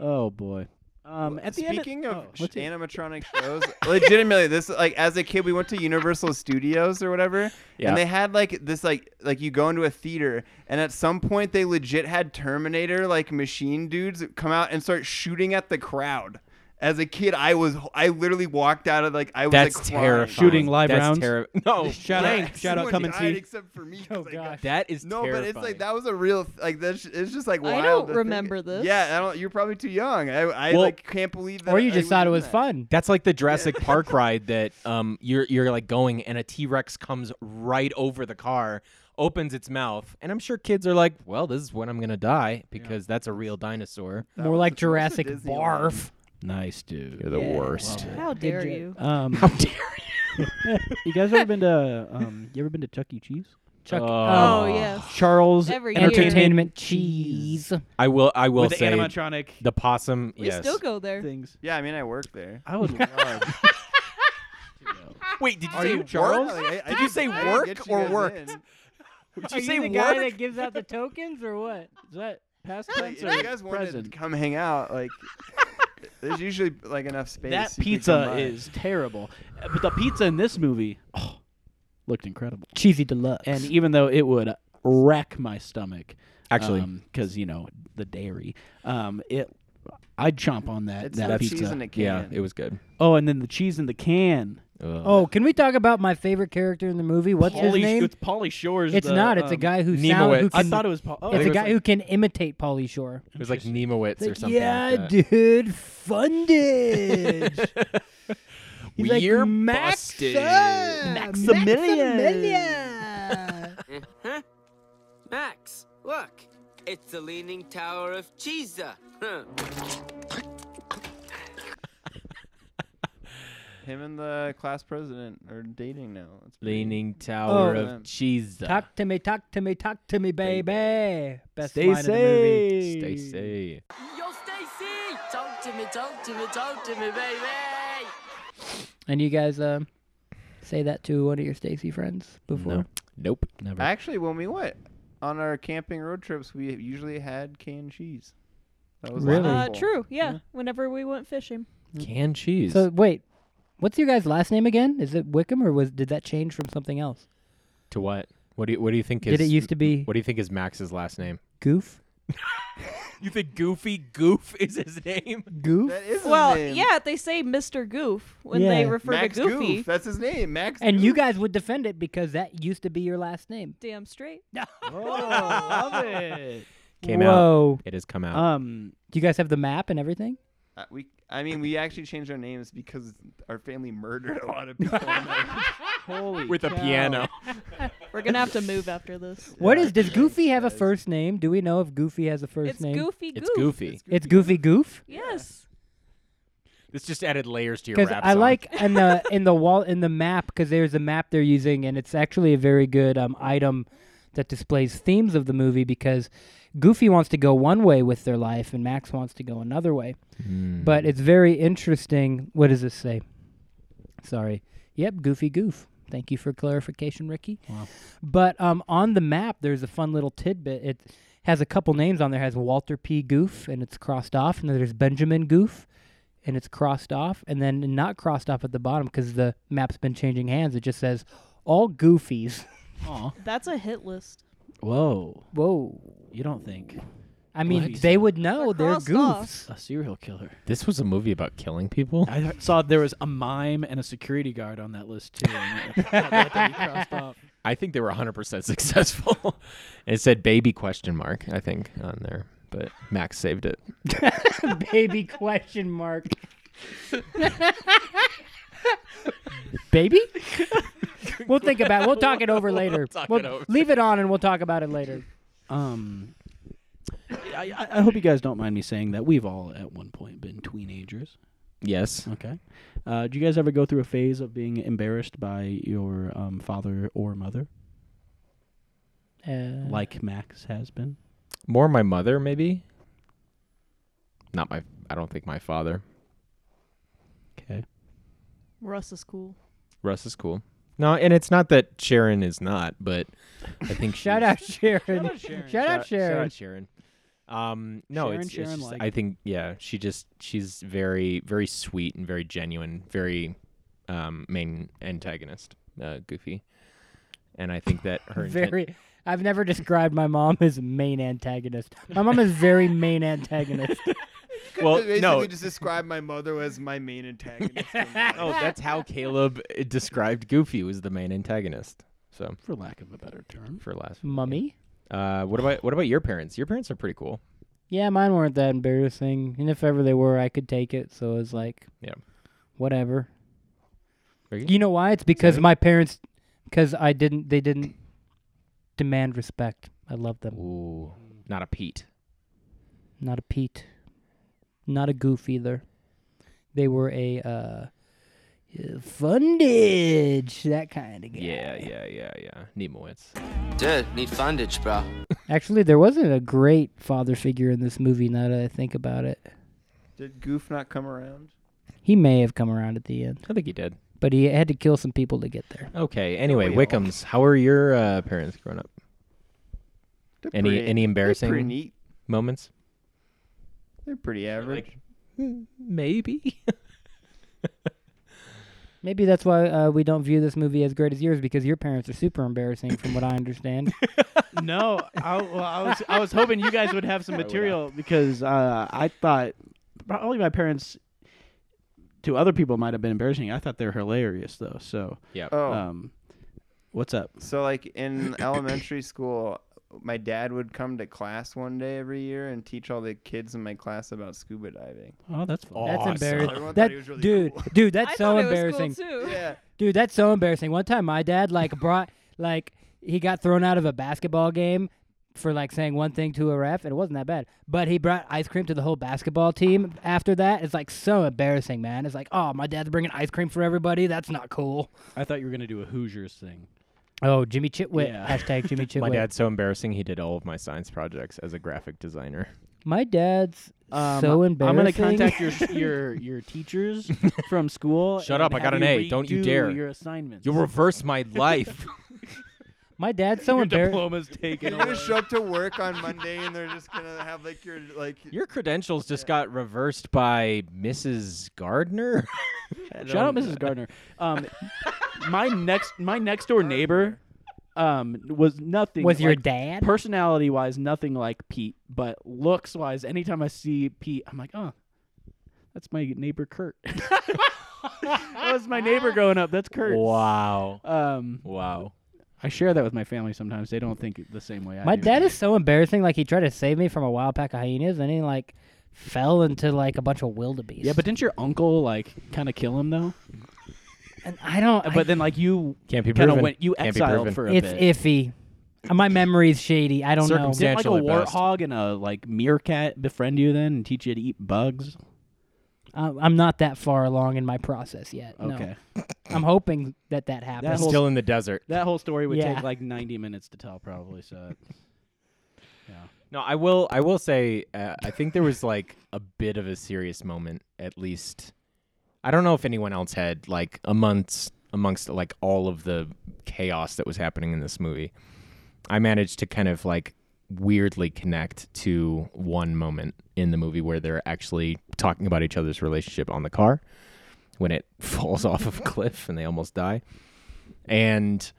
Speaker 1: Oh boy. Um, at the
Speaker 3: Speaking
Speaker 1: end
Speaker 3: of
Speaker 1: oh,
Speaker 3: sh-
Speaker 1: what's it-
Speaker 3: animatronic shows, legitimately, this like as a kid, we went to Universal Studios or whatever,
Speaker 4: Yeah.
Speaker 3: and they had like this like like you go into a theater, and at some point they legit had Terminator like machine dudes come out and start shooting at the crowd. As a kid, I was I literally walked out of like I was
Speaker 4: that's
Speaker 3: like, crying.
Speaker 4: terrifying
Speaker 1: Shooting live
Speaker 4: that's
Speaker 1: rounds?
Speaker 4: terri- no
Speaker 1: shout
Speaker 3: Yeah,
Speaker 1: out, shout out,
Speaker 3: everyone
Speaker 1: come and
Speaker 3: died
Speaker 1: see.
Speaker 3: Except for me.
Speaker 2: Oh
Speaker 3: 'cause I got-
Speaker 2: gosh.
Speaker 4: that is
Speaker 3: No, but it's
Speaker 4: terrifying.
Speaker 3: like that was a real th- like that's it's just like
Speaker 5: I
Speaker 3: wild.
Speaker 5: don't
Speaker 3: to think-
Speaker 5: remember this.
Speaker 3: Yeah, I don't. You're probably too young. I I
Speaker 4: Well-
Speaker 3: like can't believe that.
Speaker 2: Or you
Speaker 3: I
Speaker 2: just thought it
Speaker 3: in
Speaker 2: was
Speaker 3: that.
Speaker 2: fun.
Speaker 4: That's like the Jurassic Park ride that um you're you're like going and a T Rex comes right over the car, opens its mouth, and I'm sure kids are like, "Well, this is when I'm gonna die because that's a real dinosaur."
Speaker 3: That
Speaker 2: More
Speaker 3: was
Speaker 2: like
Speaker 3: the first
Speaker 2: Jurassic
Speaker 3: Disneyland.
Speaker 2: Barf.
Speaker 1: Nice dude.
Speaker 6: You're the worst.
Speaker 5: How dare
Speaker 2: job.
Speaker 5: you?
Speaker 1: Um,
Speaker 4: dare
Speaker 1: you guys ever been to um, you ever been to Chuck E. Cheese?
Speaker 2: Chuck, uh,
Speaker 5: Oh,
Speaker 4: Oh.
Speaker 5: yes.
Speaker 1: Charles
Speaker 5: Every year.
Speaker 2: entertainment cheese.
Speaker 4: I will I will
Speaker 1: with the
Speaker 4: say
Speaker 1: animatronic
Speaker 4: the possum.
Speaker 5: We
Speaker 4: yes.
Speaker 5: still go there.
Speaker 1: things.
Speaker 3: Yeah, I mean, I work there.
Speaker 1: I would love.
Speaker 4: Wait, did you
Speaker 3: Are
Speaker 4: say
Speaker 3: you
Speaker 4: Charles?
Speaker 3: work? I- I
Speaker 4: Did you
Speaker 3: didn't-
Speaker 4: say
Speaker 3: I didn't
Speaker 4: work
Speaker 3: get you
Speaker 4: or
Speaker 3: guys
Speaker 4: worked?
Speaker 3: in.
Speaker 4: Did
Speaker 2: Are
Speaker 4: you
Speaker 2: you
Speaker 4: say
Speaker 2: the
Speaker 4: work?
Speaker 2: guy that gives out the tokens or what?
Speaker 1: Is that past
Speaker 3: Like,
Speaker 1: tense
Speaker 3: if
Speaker 1: or
Speaker 3: you guys wanted to
Speaker 1: present?
Speaker 3: come hang out, like, there's usually like enough space.
Speaker 1: That
Speaker 3: you could
Speaker 1: pizza
Speaker 3: come by.
Speaker 1: is terrible, Uh, but the pizza in this movie oh, looked incredible.
Speaker 2: Cheesy deluxe.
Speaker 1: And even though it would wreck my stomach,
Speaker 4: Actually,
Speaker 1: because you know the dairy, um, it I'd chomp on that
Speaker 3: It's
Speaker 1: that
Speaker 3: the
Speaker 1: pizza.
Speaker 3: cheese in a can.
Speaker 4: yeah, it was good.
Speaker 1: oh, and then the cheese in the can.
Speaker 4: Ugh.
Speaker 2: oh, can we talk about my favorite character in the movie? What's
Speaker 1: Pauly-
Speaker 2: his name?
Speaker 1: It's Polly Shore's.
Speaker 2: It's
Speaker 1: the,
Speaker 2: not. It's a
Speaker 1: um,
Speaker 2: guy who sound,
Speaker 4: Nimowick.
Speaker 2: who
Speaker 1: I
Speaker 2: can-
Speaker 1: thought it was. Paul. Oh,
Speaker 2: it's
Speaker 1: it
Speaker 2: a
Speaker 1: was
Speaker 2: guy who can imitate Pauly Shore.
Speaker 4: it was like Nemowitz or
Speaker 2: Like,
Speaker 4: something.
Speaker 2: yeah,
Speaker 4: like that.
Speaker 2: dude, fundage. He's like,
Speaker 4: We're
Speaker 2: Max-
Speaker 4: busted.
Speaker 2: uh,
Speaker 1: Maximilian.
Speaker 2: Maximilian.
Speaker 10: Huh? Max, look. It's the Leaning Tower of Cheesa. Huh.
Speaker 3: Him and the class president are dating now. That's pretty-
Speaker 4: Leaning Tower
Speaker 3: Oh.
Speaker 4: of Cheese.
Speaker 2: talk to me, talk to me, talk to me, baby. Best
Speaker 1: Stay
Speaker 2: line of the movie.
Speaker 1: safe.
Speaker 4: Stay safe.
Speaker 10: Yo, Stacy! Talk to me, talk to me, talk to me, baby!
Speaker 2: And you guys um, say that to one of your Stacy friends before?
Speaker 4: Nope. Never.
Speaker 3: Actually, when we went on our camping road trips, we usually had canned cheese. That was
Speaker 2: Really?
Speaker 5: Uh,
Speaker 3: helpful.
Speaker 5: true. Yeah. Whenever we went fishing,
Speaker 4: Canned cheese.
Speaker 2: So wait, what's your guys' last name again? Is it Wickham or was did that change from something else?
Speaker 4: To what? What do you What do you think?
Speaker 2: Did
Speaker 4: is,
Speaker 2: it used to be-
Speaker 4: What do you think is Max's last name?
Speaker 2: Goof?
Speaker 4: You think Goofy Goof is his name?
Speaker 2: Goof?
Speaker 3: is his
Speaker 5: well,
Speaker 3: name.
Speaker 5: yeah, they say Mr. Goof when they
Speaker 2: Yeah.
Speaker 5: refer
Speaker 3: Max
Speaker 5: to Goofy.
Speaker 3: Goof. That's his name, Max.
Speaker 2: And you guys would defend it because that used to be your last name.
Speaker 5: Damn straight.
Speaker 1: Oh, love it.
Speaker 4: Came
Speaker 2: Whoa.
Speaker 4: out. It has come out.
Speaker 2: Uh,
Speaker 1: Um,
Speaker 2: Do you guys have the map and everything?
Speaker 3: Uh, we, I mean, we actually changed our names because our family murdered a lot of people.
Speaker 1: holy
Speaker 4: With a
Speaker 1: cow.
Speaker 4: piano.
Speaker 5: We're gonna have to move after this.
Speaker 2: What is? Does Goofy have a first name? Do we know if Goofy has a first
Speaker 5: It's
Speaker 2: name?
Speaker 5: Goofy Goof.
Speaker 4: It's Goofy.
Speaker 2: It's Goofy Goof.
Speaker 5: Yes.
Speaker 4: This just added layers to your
Speaker 2: Because
Speaker 4: rap
Speaker 2: I
Speaker 4: song.
Speaker 2: like in the in the wall in the map because there's a map they're using and it's actually a very good um, item that displays themes of the movie because Goofy wants to go one way with their life and Max wants to go another way.
Speaker 4: Hmm.
Speaker 2: But it's very interesting. What does this say? Sorry. Yep, Goofy Goof. Thank you for clarification, Ricky.
Speaker 1: Wow.
Speaker 2: But um, on the map, there's a fun little tidbit. It has a couple names on there. It has Walter P. Goof, and it's crossed off. And then there's Benjamin Goof, and it's crossed off. And then not crossed off at the bottom because the map's been changing hands. It just says all Goofies.
Speaker 1: Aw.
Speaker 5: That's a hit list.
Speaker 1: Whoa.
Speaker 2: Whoa.
Speaker 1: You don't think
Speaker 2: I mean,
Speaker 1: What?
Speaker 2: they would know.
Speaker 5: They're
Speaker 2: They're,
Speaker 5: crossed
Speaker 2: goofs.
Speaker 1: a serial killer?
Speaker 4: This was a movie about killing people.
Speaker 1: I heard- saw there was a mime and a security guard on that list too. and it- that had to be crossed off.
Speaker 4: I think they were 100% successful. it said baby question mark, I think, on there. But Max saved it.
Speaker 2: Baby question mark. Baby? We'll think about it. We'll talk it over later. We'll
Speaker 4: talk it over.
Speaker 2: Leave it on and we'll talk about it later.
Speaker 1: Um, I, I- I hope you guys don't mind me saying that we've all at one point been teenagers.
Speaker 4: Yes.
Speaker 1: Okay. Uh, do you guys ever go through a phase of being embarrassed by your um, father or mother,
Speaker 2: Uh,
Speaker 1: like Max has been?
Speaker 4: More my mother, maybe. Not my, I don't think my father.
Speaker 1: Okay.
Speaker 5: Russ is cool.
Speaker 4: Russ is cool. No, and it's not that Sharon is not, but I think
Speaker 2: Uh, shout
Speaker 4: she's-
Speaker 2: out Sharon. Shout out Sharon.
Speaker 4: Shout out Sharon. Um, no,
Speaker 1: Sharon,
Speaker 4: it's, it's
Speaker 1: Sharon,
Speaker 4: just-
Speaker 1: like-
Speaker 4: I think yeah, she just she's very very sweet and very genuine, very um, main antagonist, uh, Goofy, and I think that her inten-
Speaker 2: Very. I've never described my mom as main antagonist. My mom is very main antagonist.
Speaker 4: well
Speaker 3: basically
Speaker 4: no
Speaker 3: just described my mother as my main antagonist. Oh.
Speaker 4: no Oh, that's how Caleb uh, described Goofy was the main antagonist. So
Speaker 1: For lack of a better term.
Speaker 4: for last,
Speaker 2: Mummy?
Speaker 4: uh, what about what about your parents? Your parents are pretty cool.
Speaker 2: Yeah, mine weren't that embarrassing. And if ever they were, I could take it. So it was like,
Speaker 4: Yeah.
Speaker 2: whatever.
Speaker 4: Ricky?
Speaker 2: You know why? It's because
Speaker 4: it?
Speaker 2: my parents, because I didn't, they didn't demand respect. I love them.
Speaker 4: Ooh, not a Pete.
Speaker 2: Not a Pete, not a Goof either. They were a uh, fundage, that kind of guy.
Speaker 4: Yeah, yeah, yeah, yeah. Nemoids.
Speaker 10: Dude, need fundage, bro.
Speaker 2: Actually, there wasn't a great father figure in this movie. Now that I think about it,
Speaker 3: Did Goof not come around?
Speaker 2: he may have come around at the end,
Speaker 4: I think he did.
Speaker 2: but he had to kill some people to get there.
Speaker 4: Okay. Anyway,
Speaker 3: we all?
Speaker 4: Wickhams, how were your uh, parents growing up?
Speaker 3: They're
Speaker 4: Any
Speaker 3: pretty,
Speaker 4: any
Speaker 3: They're pretty
Speaker 4: embarrassing
Speaker 3: neat.
Speaker 4: moments?
Speaker 3: They're pretty average.
Speaker 4: Maybe.
Speaker 2: Maybe that's why uh, we don't view this movie as great as yours because your parents are super embarrassing, from what I understand.
Speaker 1: no, I, well, I was I was hoping you guys would uh, have some material because uh, I thought probably my parents to other people might have been embarrassing. I thought they were hilarious though. So,
Speaker 4: yeah.
Speaker 3: oh,
Speaker 1: um, what's up?
Speaker 3: so like in elementary school, my dad would come to class one day every year and teach all the kids in my class about scuba diving.
Speaker 1: Oh, that's fun.
Speaker 2: That's embarrassing.
Speaker 3: Everyone thought
Speaker 2: That
Speaker 3: he was really
Speaker 2: dude,
Speaker 3: cool.
Speaker 2: dude, that's
Speaker 5: I
Speaker 2: so
Speaker 5: thought
Speaker 2: embarrassing.
Speaker 5: It was cool too.
Speaker 3: Yeah.
Speaker 2: Dude, that's so embarrassing. One time, my dad like brought like he got thrown out of a basketball game for like saying one thing to a ref, and it wasn't that bad. But he brought ice cream to the whole basketball team after that. It's like so embarrassing, man. It's like, oh, my dad's bringing ice cream for everybody. That's not cool.
Speaker 1: I thought you were gonna do a Hoosiers thing.
Speaker 2: Oh, Jimmy Chitwit.
Speaker 1: Yeah.
Speaker 2: Hashtag Jimmy Chitwit.
Speaker 4: My dad's so embarrassing. He did all of my science projects as a graphic designer.
Speaker 2: My dad's
Speaker 1: Um,
Speaker 2: so embarrassing.
Speaker 1: I'm gonna contact your your your teachers from school.
Speaker 4: Shut
Speaker 1: and
Speaker 4: up, I got
Speaker 1: have
Speaker 4: an
Speaker 1: you
Speaker 4: A. Don't you
Speaker 1: redo
Speaker 4: dare.
Speaker 1: Your assignments.
Speaker 4: You'll reverse my life.
Speaker 2: my dad's so
Speaker 1: Your
Speaker 2: embarrassing.
Speaker 1: diploma's taken
Speaker 3: You're gonna
Speaker 1: away.
Speaker 3: show up to work on Monday and they're just gonna have like your like.
Speaker 4: Your credentials just got reversed by Mrs. Gardner.
Speaker 1: Shout out Mrs. Gardner. Um, my next my next door neighbor um, was nothing
Speaker 2: Was your
Speaker 1: like-
Speaker 2: dad?
Speaker 1: Personality wise, nothing like Pete, but looks wise, anytime I see Pete, I'm like, oh, that's my neighbor Kurt. that was my neighbor growing up. That's Kurt.
Speaker 4: Wow.
Speaker 1: Um,
Speaker 4: wow.
Speaker 1: I share that with my family sometimes. They don't think it the same way I
Speaker 2: My
Speaker 1: do.
Speaker 2: dad is so embarrassing. Like he tried to save me from a wild pack of hyenas, and he like fell into like a bunch of wildebeest.
Speaker 1: Yeah, but didn't your uncle like kind of kill him though?
Speaker 2: And I don't. I-
Speaker 1: But then like you
Speaker 4: Can't be
Speaker 1: kinda
Speaker 4: proven.
Speaker 1: went you
Speaker 4: Can't be
Speaker 1: exiled
Speaker 4: proven.
Speaker 1: for a
Speaker 2: it's
Speaker 1: bit.
Speaker 2: iffy. Uh, My memory's shady. I don't know.
Speaker 1: Oh, Didn't like
Speaker 4: Circumstan-
Speaker 1: a
Speaker 4: substantial at best.
Speaker 1: warthog and a like meerkat befriend you then and teach you to eat bugs?
Speaker 2: I- Uh, I'm not that far along in my process yet. No.
Speaker 1: Okay.
Speaker 2: I'm hoping that that
Speaker 1: That
Speaker 2: happens.
Speaker 1: whole-
Speaker 4: Still in the desert.
Speaker 1: That whole story would
Speaker 2: Yeah.
Speaker 1: take like 90 minutes to tell probably, so
Speaker 4: No, I will. I will say. Uh, I think there was like a bit of a serious moment. At least, I don't know if anyone else had like amongst amongst like all of the chaos that was happening in this movie. I managed to kind of like weirdly connect to one moment in the movie where they're actually talking about each other's relationship on the car when it falls off of a cliff and they almost die. And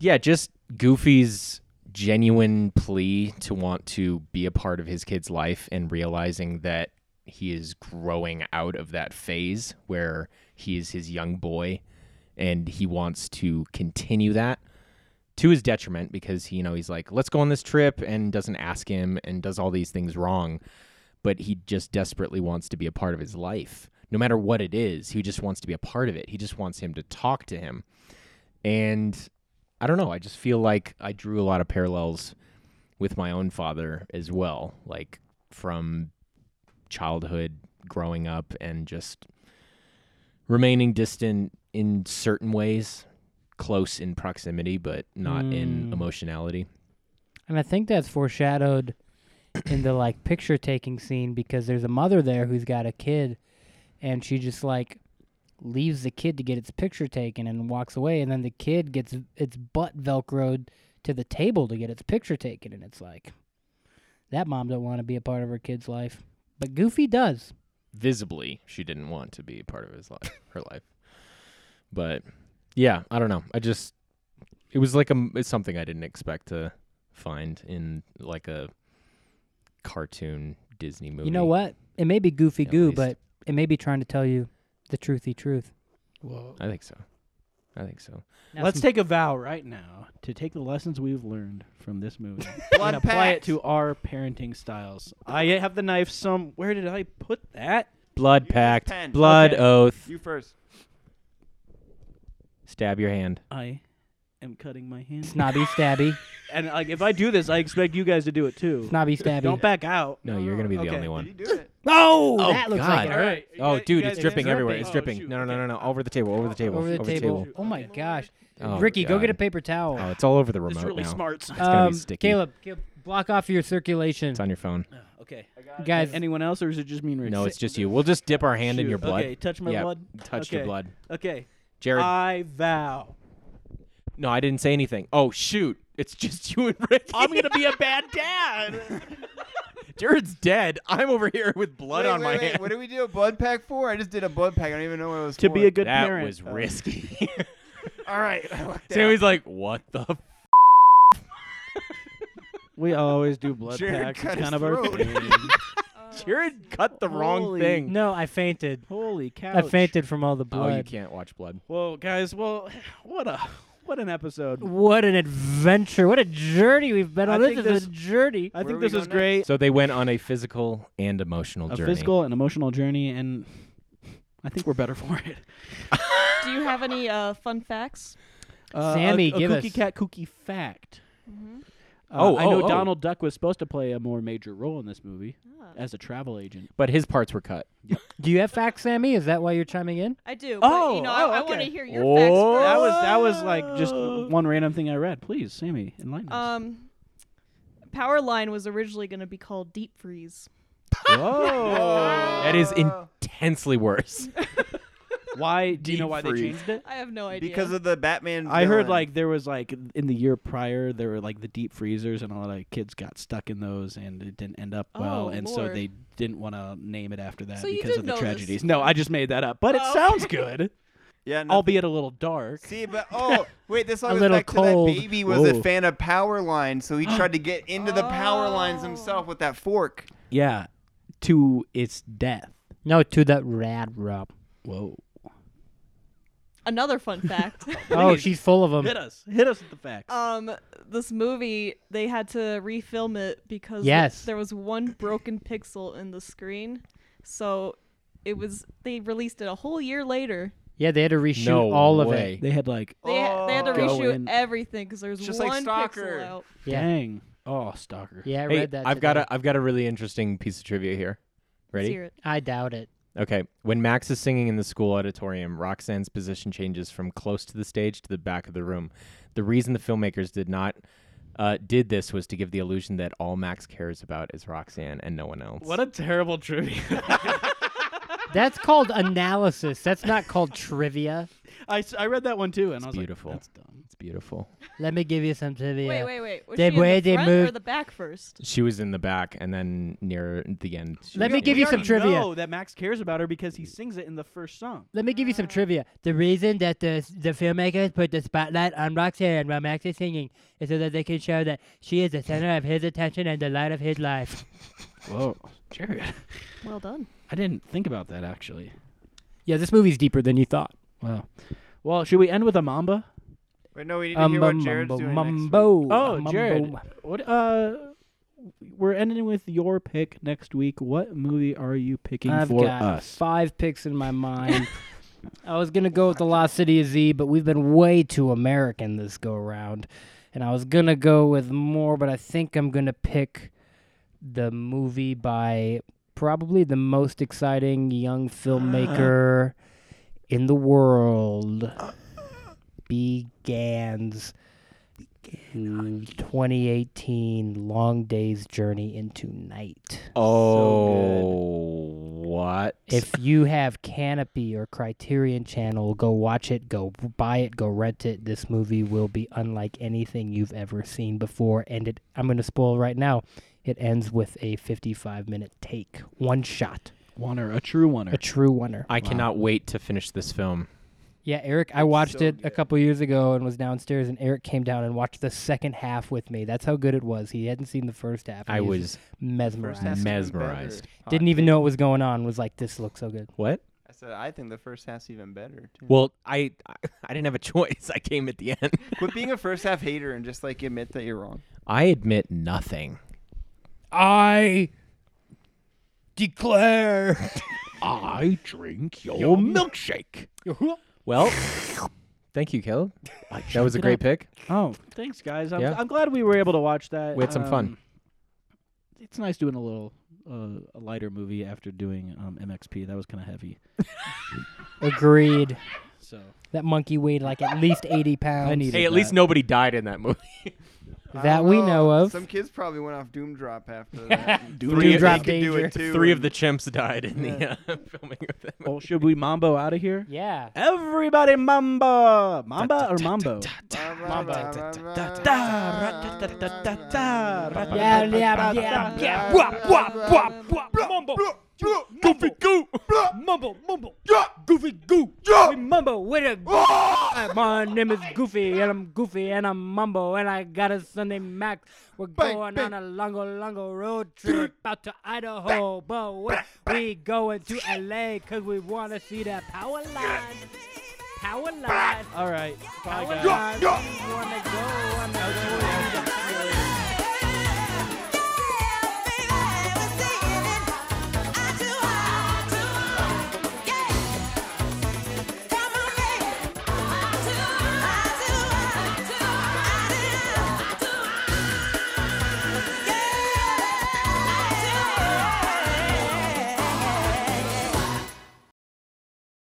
Speaker 4: yeah, just Goofy's genuine plea to want to be a part of his kid's life and realizing that he is growing out of that phase where he is his young boy and he wants to continue that to his detriment because you know he's like let's go on this trip and doesn't ask him and does all these things wrong but he just desperately wants to be a part of his life no matter what it is he just wants to be a part of it he just wants him to talk to him and I don't know. I just feel like I drew a lot of parallels with my own father as well, like from childhood, growing up, and just remaining distant in certain ways, close in proximity, but not in
Speaker 2: Mm.
Speaker 4: emotionality.
Speaker 2: And I think that's foreshadowed in the like picture taking scene because there's a mother there who's got a kid and she just like leaves the kid to get its picture taken and walks away and then the kid gets its butt velcroed to the table to get its picture taken and it's like that mom don't want to be a part of her kid's life. But Goofy does.
Speaker 4: Visibly, she didn't want to be a part of his life, her life. But yeah, I don't know. I just it was like a it's something I didn't expect to find in like a cartoon Disney movie.
Speaker 2: You know what? It may be Goofy
Speaker 4: At
Speaker 2: Goo,
Speaker 4: least.
Speaker 2: but it may be trying to tell you the truthy truth.
Speaker 4: I think so. I think so.
Speaker 2: Now
Speaker 1: Let's
Speaker 2: some-
Speaker 1: take a vow right now to take the lessons we've learned from this movie
Speaker 3: Blood
Speaker 1: and apply it
Speaker 3: pact.
Speaker 1: to our parenting styles. I have the knife some. Where did I put that?
Speaker 4: Blood
Speaker 3: You just
Speaker 4: pact,
Speaker 3: pen.
Speaker 4: blood
Speaker 3: Okay.
Speaker 4: oath.
Speaker 3: You first.
Speaker 4: Stab your hand.
Speaker 1: I am cutting my hand.
Speaker 2: snobby stabby.
Speaker 1: And like, if I do this, I expect you guys to do it too.
Speaker 2: snobby stabby.
Speaker 1: Don't back out.
Speaker 4: No, you're gonna be the
Speaker 1: Okay.
Speaker 4: only
Speaker 3: You
Speaker 4: one.
Speaker 3: do it.
Speaker 2: Oh,
Speaker 4: Oh,
Speaker 2: that looks like
Speaker 4: God.
Speaker 2: it
Speaker 4: All
Speaker 2: hurt.
Speaker 1: right.
Speaker 4: Oh, dude, it's
Speaker 1: guys-
Speaker 4: dripping
Speaker 1: it's
Speaker 4: everywhere. It's
Speaker 1: dripping.
Speaker 4: dripping.
Speaker 1: Oh,
Speaker 4: no, no,
Speaker 1: shoot.
Speaker 4: no, no, no. Over the table. Over the table.
Speaker 2: Over the table. Oh my
Speaker 1: Okay.
Speaker 2: gosh.
Speaker 4: Oh,
Speaker 2: Ricky, go get a
Speaker 4: God.
Speaker 2: paper towel.
Speaker 4: Oh, it's all over the remote
Speaker 1: It's really
Speaker 4: now.
Speaker 1: smart.
Speaker 4: It's gonna
Speaker 2: Um,
Speaker 4: be sticky.
Speaker 2: Caleb, Caleb, block off your circulation.
Speaker 4: It's on your phone.
Speaker 1: Okay.
Speaker 2: Guys,
Speaker 1: Anyone else, or is it just me and Rick?
Speaker 4: No, it's just you. We'll just dip our hand in
Speaker 1: Shoot.
Speaker 4: your blood.
Speaker 1: Okay, touch my
Speaker 4: yeah,
Speaker 1: blood.
Speaker 4: Touch your
Speaker 1: Okay.
Speaker 4: blood.
Speaker 1: Okay.
Speaker 4: Jared.
Speaker 1: I vow.
Speaker 4: no, I didn't say anything. Oh shoot! It's just you and Ricky.
Speaker 1: I'm gonna be a bad dad.
Speaker 4: Jared's dead. I'm over here with blood
Speaker 3: Wait,
Speaker 4: on
Speaker 3: wait,
Speaker 4: my
Speaker 3: wait.
Speaker 4: hand.
Speaker 3: What did we do a blood pack for? I just did a blood pack. I don't even know what it was
Speaker 1: to
Speaker 3: for.
Speaker 1: be a good
Speaker 4: that
Speaker 1: parent.
Speaker 4: was risky.
Speaker 3: All right. I lucked out.
Speaker 4: Sammy's like, "What the?" F-?
Speaker 1: we always do blood
Speaker 3: Jared
Speaker 1: packs.
Speaker 3: cut
Speaker 1: It's kind
Speaker 3: his
Speaker 1: of our
Speaker 3: throat.
Speaker 1: thing.
Speaker 5: Uh,
Speaker 4: Jared cut the wrong
Speaker 1: Holy
Speaker 4: thing.
Speaker 2: no, I fainted.
Speaker 1: Holy cow!
Speaker 2: I fainted from all the blood.
Speaker 4: Oh, you can't watch blood.
Speaker 1: Well, guys, well, what a what an episode.
Speaker 2: What an adventure! What a journey we've been
Speaker 1: I
Speaker 2: on. This
Speaker 1: think
Speaker 2: is
Speaker 1: this-
Speaker 2: a journey.
Speaker 1: I
Speaker 3: Where
Speaker 1: think
Speaker 3: we
Speaker 1: this is
Speaker 3: going
Speaker 1: great.
Speaker 4: So they went on a physical and emotional
Speaker 1: A
Speaker 4: journey.
Speaker 1: physical and emotional journey, and I think we're better for it.
Speaker 5: Do you have any uh, fun facts?
Speaker 1: Uh,
Speaker 2: Sammy,
Speaker 1: a, a
Speaker 2: give
Speaker 1: cookie
Speaker 2: us-
Speaker 1: cat kookie fact.
Speaker 5: Mhm.
Speaker 1: Uh,
Speaker 4: Oh,
Speaker 1: I know
Speaker 4: oh, oh.
Speaker 1: Donald Duck was supposed to play a more major role in this movie as a travel agent.
Speaker 4: But his parts were cut.
Speaker 2: Do you have facts, Sammy? Is that why you're chiming in?
Speaker 5: I do. But,
Speaker 1: Oh,
Speaker 5: you know,
Speaker 1: oh,
Speaker 5: I, I
Speaker 1: okay.
Speaker 5: want to hear your facts
Speaker 4: Oh.
Speaker 5: first.
Speaker 1: That was that was like just
Speaker 5: Oh.
Speaker 1: one random thing I read. Please, Sammy, enlighten us.
Speaker 5: Um, Power Line was originally going to be called Deep Freeze. Uh,
Speaker 1: Whoa!
Speaker 4: That is intensely worse.
Speaker 1: why do you know
Speaker 3: Deep
Speaker 1: why
Speaker 3: freeze.
Speaker 1: they changed it?
Speaker 5: I have no idea.
Speaker 3: because of the Batman.
Speaker 1: I heard
Speaker 3: villain.
Speaker 1: like there was like in the year prior there were like the deep freezers and a lot of kids got stuck in those and it didn't end up well
Speaker 5: Oh,
Speaker 1: and so
Speaker 5: Lord.
Speaker 1: they didn't want to name it after that
Speaker 5: So you
Speaker 1: because
Speaker 5: did
Speaker 1: of the
Speaker 5: know this.
Speaker 1: tragedies. No, I just made that up, but it
Speaker 5: Oh.
Speaker 1: sounds good.
Speaker 3: Yeah,
Speaker 1: albeit a little dark.
Speaker 3: See, but oh wait, this
Speaker 1: A
Speaker 3: all goes
Speaker 1: little
Speaker 3: back
Speaker 1: cold.
Speaker 3: to that baby was
Speaker 1: Whoa.
Speaker 3: a fan of power lines, so he tried to get into the power lines himself with that fork.
Speaker 1: Yeah, to its death.
Speaker 2: No, to that rad rub.
Speaker 1: Whoa.
Speaker 5: Another fun fact.
Speaker 2: Oh, she's full of them.
Speaker 1: Hit us. Hit us with the facts.
Speaker 5: Um, this movie they had to refilm it because
Speaker 2: Yes.
Speaker 5: there was one broken pixel in the screen, so it was they released it a whole year later.
Speaker 2: Yeah, they had to reshoot
Speaker 4: No
Speaker 2: all
Speaker 4: way.
Speaker 2: of it.
Speaker 1: They had like,
Speaker 5: They, ha- they had to
Speaker 1: Go
Speaker 5: reshoot
Speaker 1: in.
Speaker 5: everything because there was
Speaker 3: Oh. Just like
Speaker 5: one
Speaker 3: Stalker.
Speaker 5: pixel out.
Speaker 2: Yeah.
Speaker 1: dang. Oh, stalker.
Speaker 2: Yeah, I
Speaker 4: Hey,
Speaker 2: read that.
Speaker 4: I've got
Speaker 2: today.
Speaker 4: a I've got a really interesting piece of trivia here.
Speaker 5: Let's
Speaker 4: Ready?
Speaker 5: hear it.
Speaker 2: I doubt it.
Speaker 4: Okay. When Max is singing in the school auditorium, Roxanne's position changes from close to the stage to the back of the room. The reason the filmmakers did not uh, did this was to give the illusion that all Max cares about is Roxanne and no one else.
Speaker 1: What a terrible trivia.
Speaker 2: That's called analysis. That's not called trivia.
Speaker 1: I, s- I read that one too, and I was
Speaker 4: beautiful.
Speaker 1: like, that's dumb.
Speaker 4: It's beautiful.
Speaker 2: Let me give you some trivia.
Speaker 5: Wait, wait, wait. Was
Speaker 2: They-
Speaker 5: she in
Speaker 2: way
Speaker 5: the
Speaker 2: they
Speaker 5: front or
Speaker 2: moved-
Speaker 5: the back first?
Speaker 4: She was in the back, and then near the end. she
Speaker 2: Let
Speaker 4: was
Speaker 2: me
Speaker 4: in
Speaker 2: give
Speaker 4: the
Speaker 2: you some
Speaker 4: front.
Speaker 2: trivia.
Speaker 1: know that Max cares about her because he sings it in the first song.
Speaker 2: Let me give you some trivia. The reason that the the filmmakers put the spotlight on Roxanne while Max is singing is so that they can show that she is the center of his attention and the light of his life.
Speaker 1: Whoa, Jared.
Speaker 5: Well done.
Speaker 1: I didn't think about that actually.
Speaker 2: Yeah, this movie's deeper than you thought.
Speaker 1: Wow. Well, should we end with a mamba?
Speaker 3: Wait, no, we need
Speaker 1: Um,
Speaker 3: to hear what Jared's doing next
Speaker 2: Um, mumbo,
Speaker 1: Oh,
Speaker 2: mumbo.
Speaker 1: Jared, what? Uh, we're ending with your pick next week. What movie are you picking
Speaker 2: I've
Speaker 1: for
Speaker 2: got
Speaker 1: us?
Speaker 2: five picks in my mind. I was gonna go with the Lost City of Z, but we've been way too American this go around, and I was gonna go with more, but I think I'm gonna pick the movie by probably the most exciting young filmmaker in the world, Begans. 2018 Long Day's Journey into Night.
Speaker 4: Oh, what?
Speaker 2: If you have Canopy or Criterion Channel, go watch it, go buy it, go rent it. This movie will be unlike anything you've ever seen before. And it, I'm going to spoil right now, it ends with a 55 minute take, one shot,
Speaker 1: Oneer, a true oneer.
Speaker 2: a true winner.
Speaker 4: I cannot wait to finish this film.
Speaker 2: Yeah, Eric, I watched it a couple years ago and was downstairs, and Eric came down and watched the second half with me. That's how good it was. He hadn't seen the first half. and he
Speaker 4: I was
Speaker 2: mesmerized.
Speaker 3: half's even
Speaker 4: mesmerized.
Speaker 3: better.
Speaker 2: Didn't even know what was going on. Was like, this looks so good.
Speaker 4: What?
Speaker 3: I said I think the first half's even better. Too.
Speaker 4: Well, I I didn't have a choice. I came at the end.
Speaker 3: Quit being a first half hater and just like admit that you're wrong.
Speaker 4: I admit nothing.
Speaker 2: I declare.
Speaker 6: I drink
Speaker 8: Oh,
Speaker 6: your milkshake.
Speaker 4: Well, thank you, Caleb. That was a
Speaker 1: it
Speaker 4: great
Speaker 1: up.
Speaker 4: pick.
Speaker 1: Oh, thanks guys. I'm,
Speaker 4: Yeah.
Speaker 1: I'm glad we were able to watch that. um,
Speaker 4: We had some fun.
Speaker 1: It's nice doing a little uh, a lighter movie after doing um, MXP. That was kind of heavy.
Speaker 2: Agreed.
Speaker 1: So
Speaker 2: That monkey weighed like at least 80 pounds.
Speaker 1: I needed
Speaker 4: Hey, at least nobody died in that movie.
Speaker 3: I
Speaker 2: That
Speaker 3: don't
Speaker 2: we know of.
Speaker 3: Some kids probably went off Doom Drop after that.
Speaker 4: Doom
Speaker 3: Three-
Speaker 2: Drop
Speaker 3: they could do
Speaker 2: Danger.
Speaker 3: it too.
Speaker 4: Three of the chimps died in the uh, filming of that movie.
Speaker 1: Well, should we mambo out of here?
Speaker 2: Yeah.
Speaker 1: Everybody mamba, mamba or mambo? Ah, uh,
Speaker 2: Yeah, yeah,
Speaker 5: uh,
Speaker 2: yeah, yeah. Wop, wop, wop, wop. Mumble.
Speaker 6: Goofy goo.
Speaker 2: Mumble, mumble. Goofy goo. We mumble with a goo. My name is Goofy, and I'm Goofy, and I'm Mumbo, and I got a son named Max. We're going on a longo, longo road trip out to Idaho, but we- we going to LA because we want to see that power line. Power line.
Speaker 1: All right, bye
Speaker 2: Power
Speaker 1: guys.
Speaker 2: line. We want to go on the road.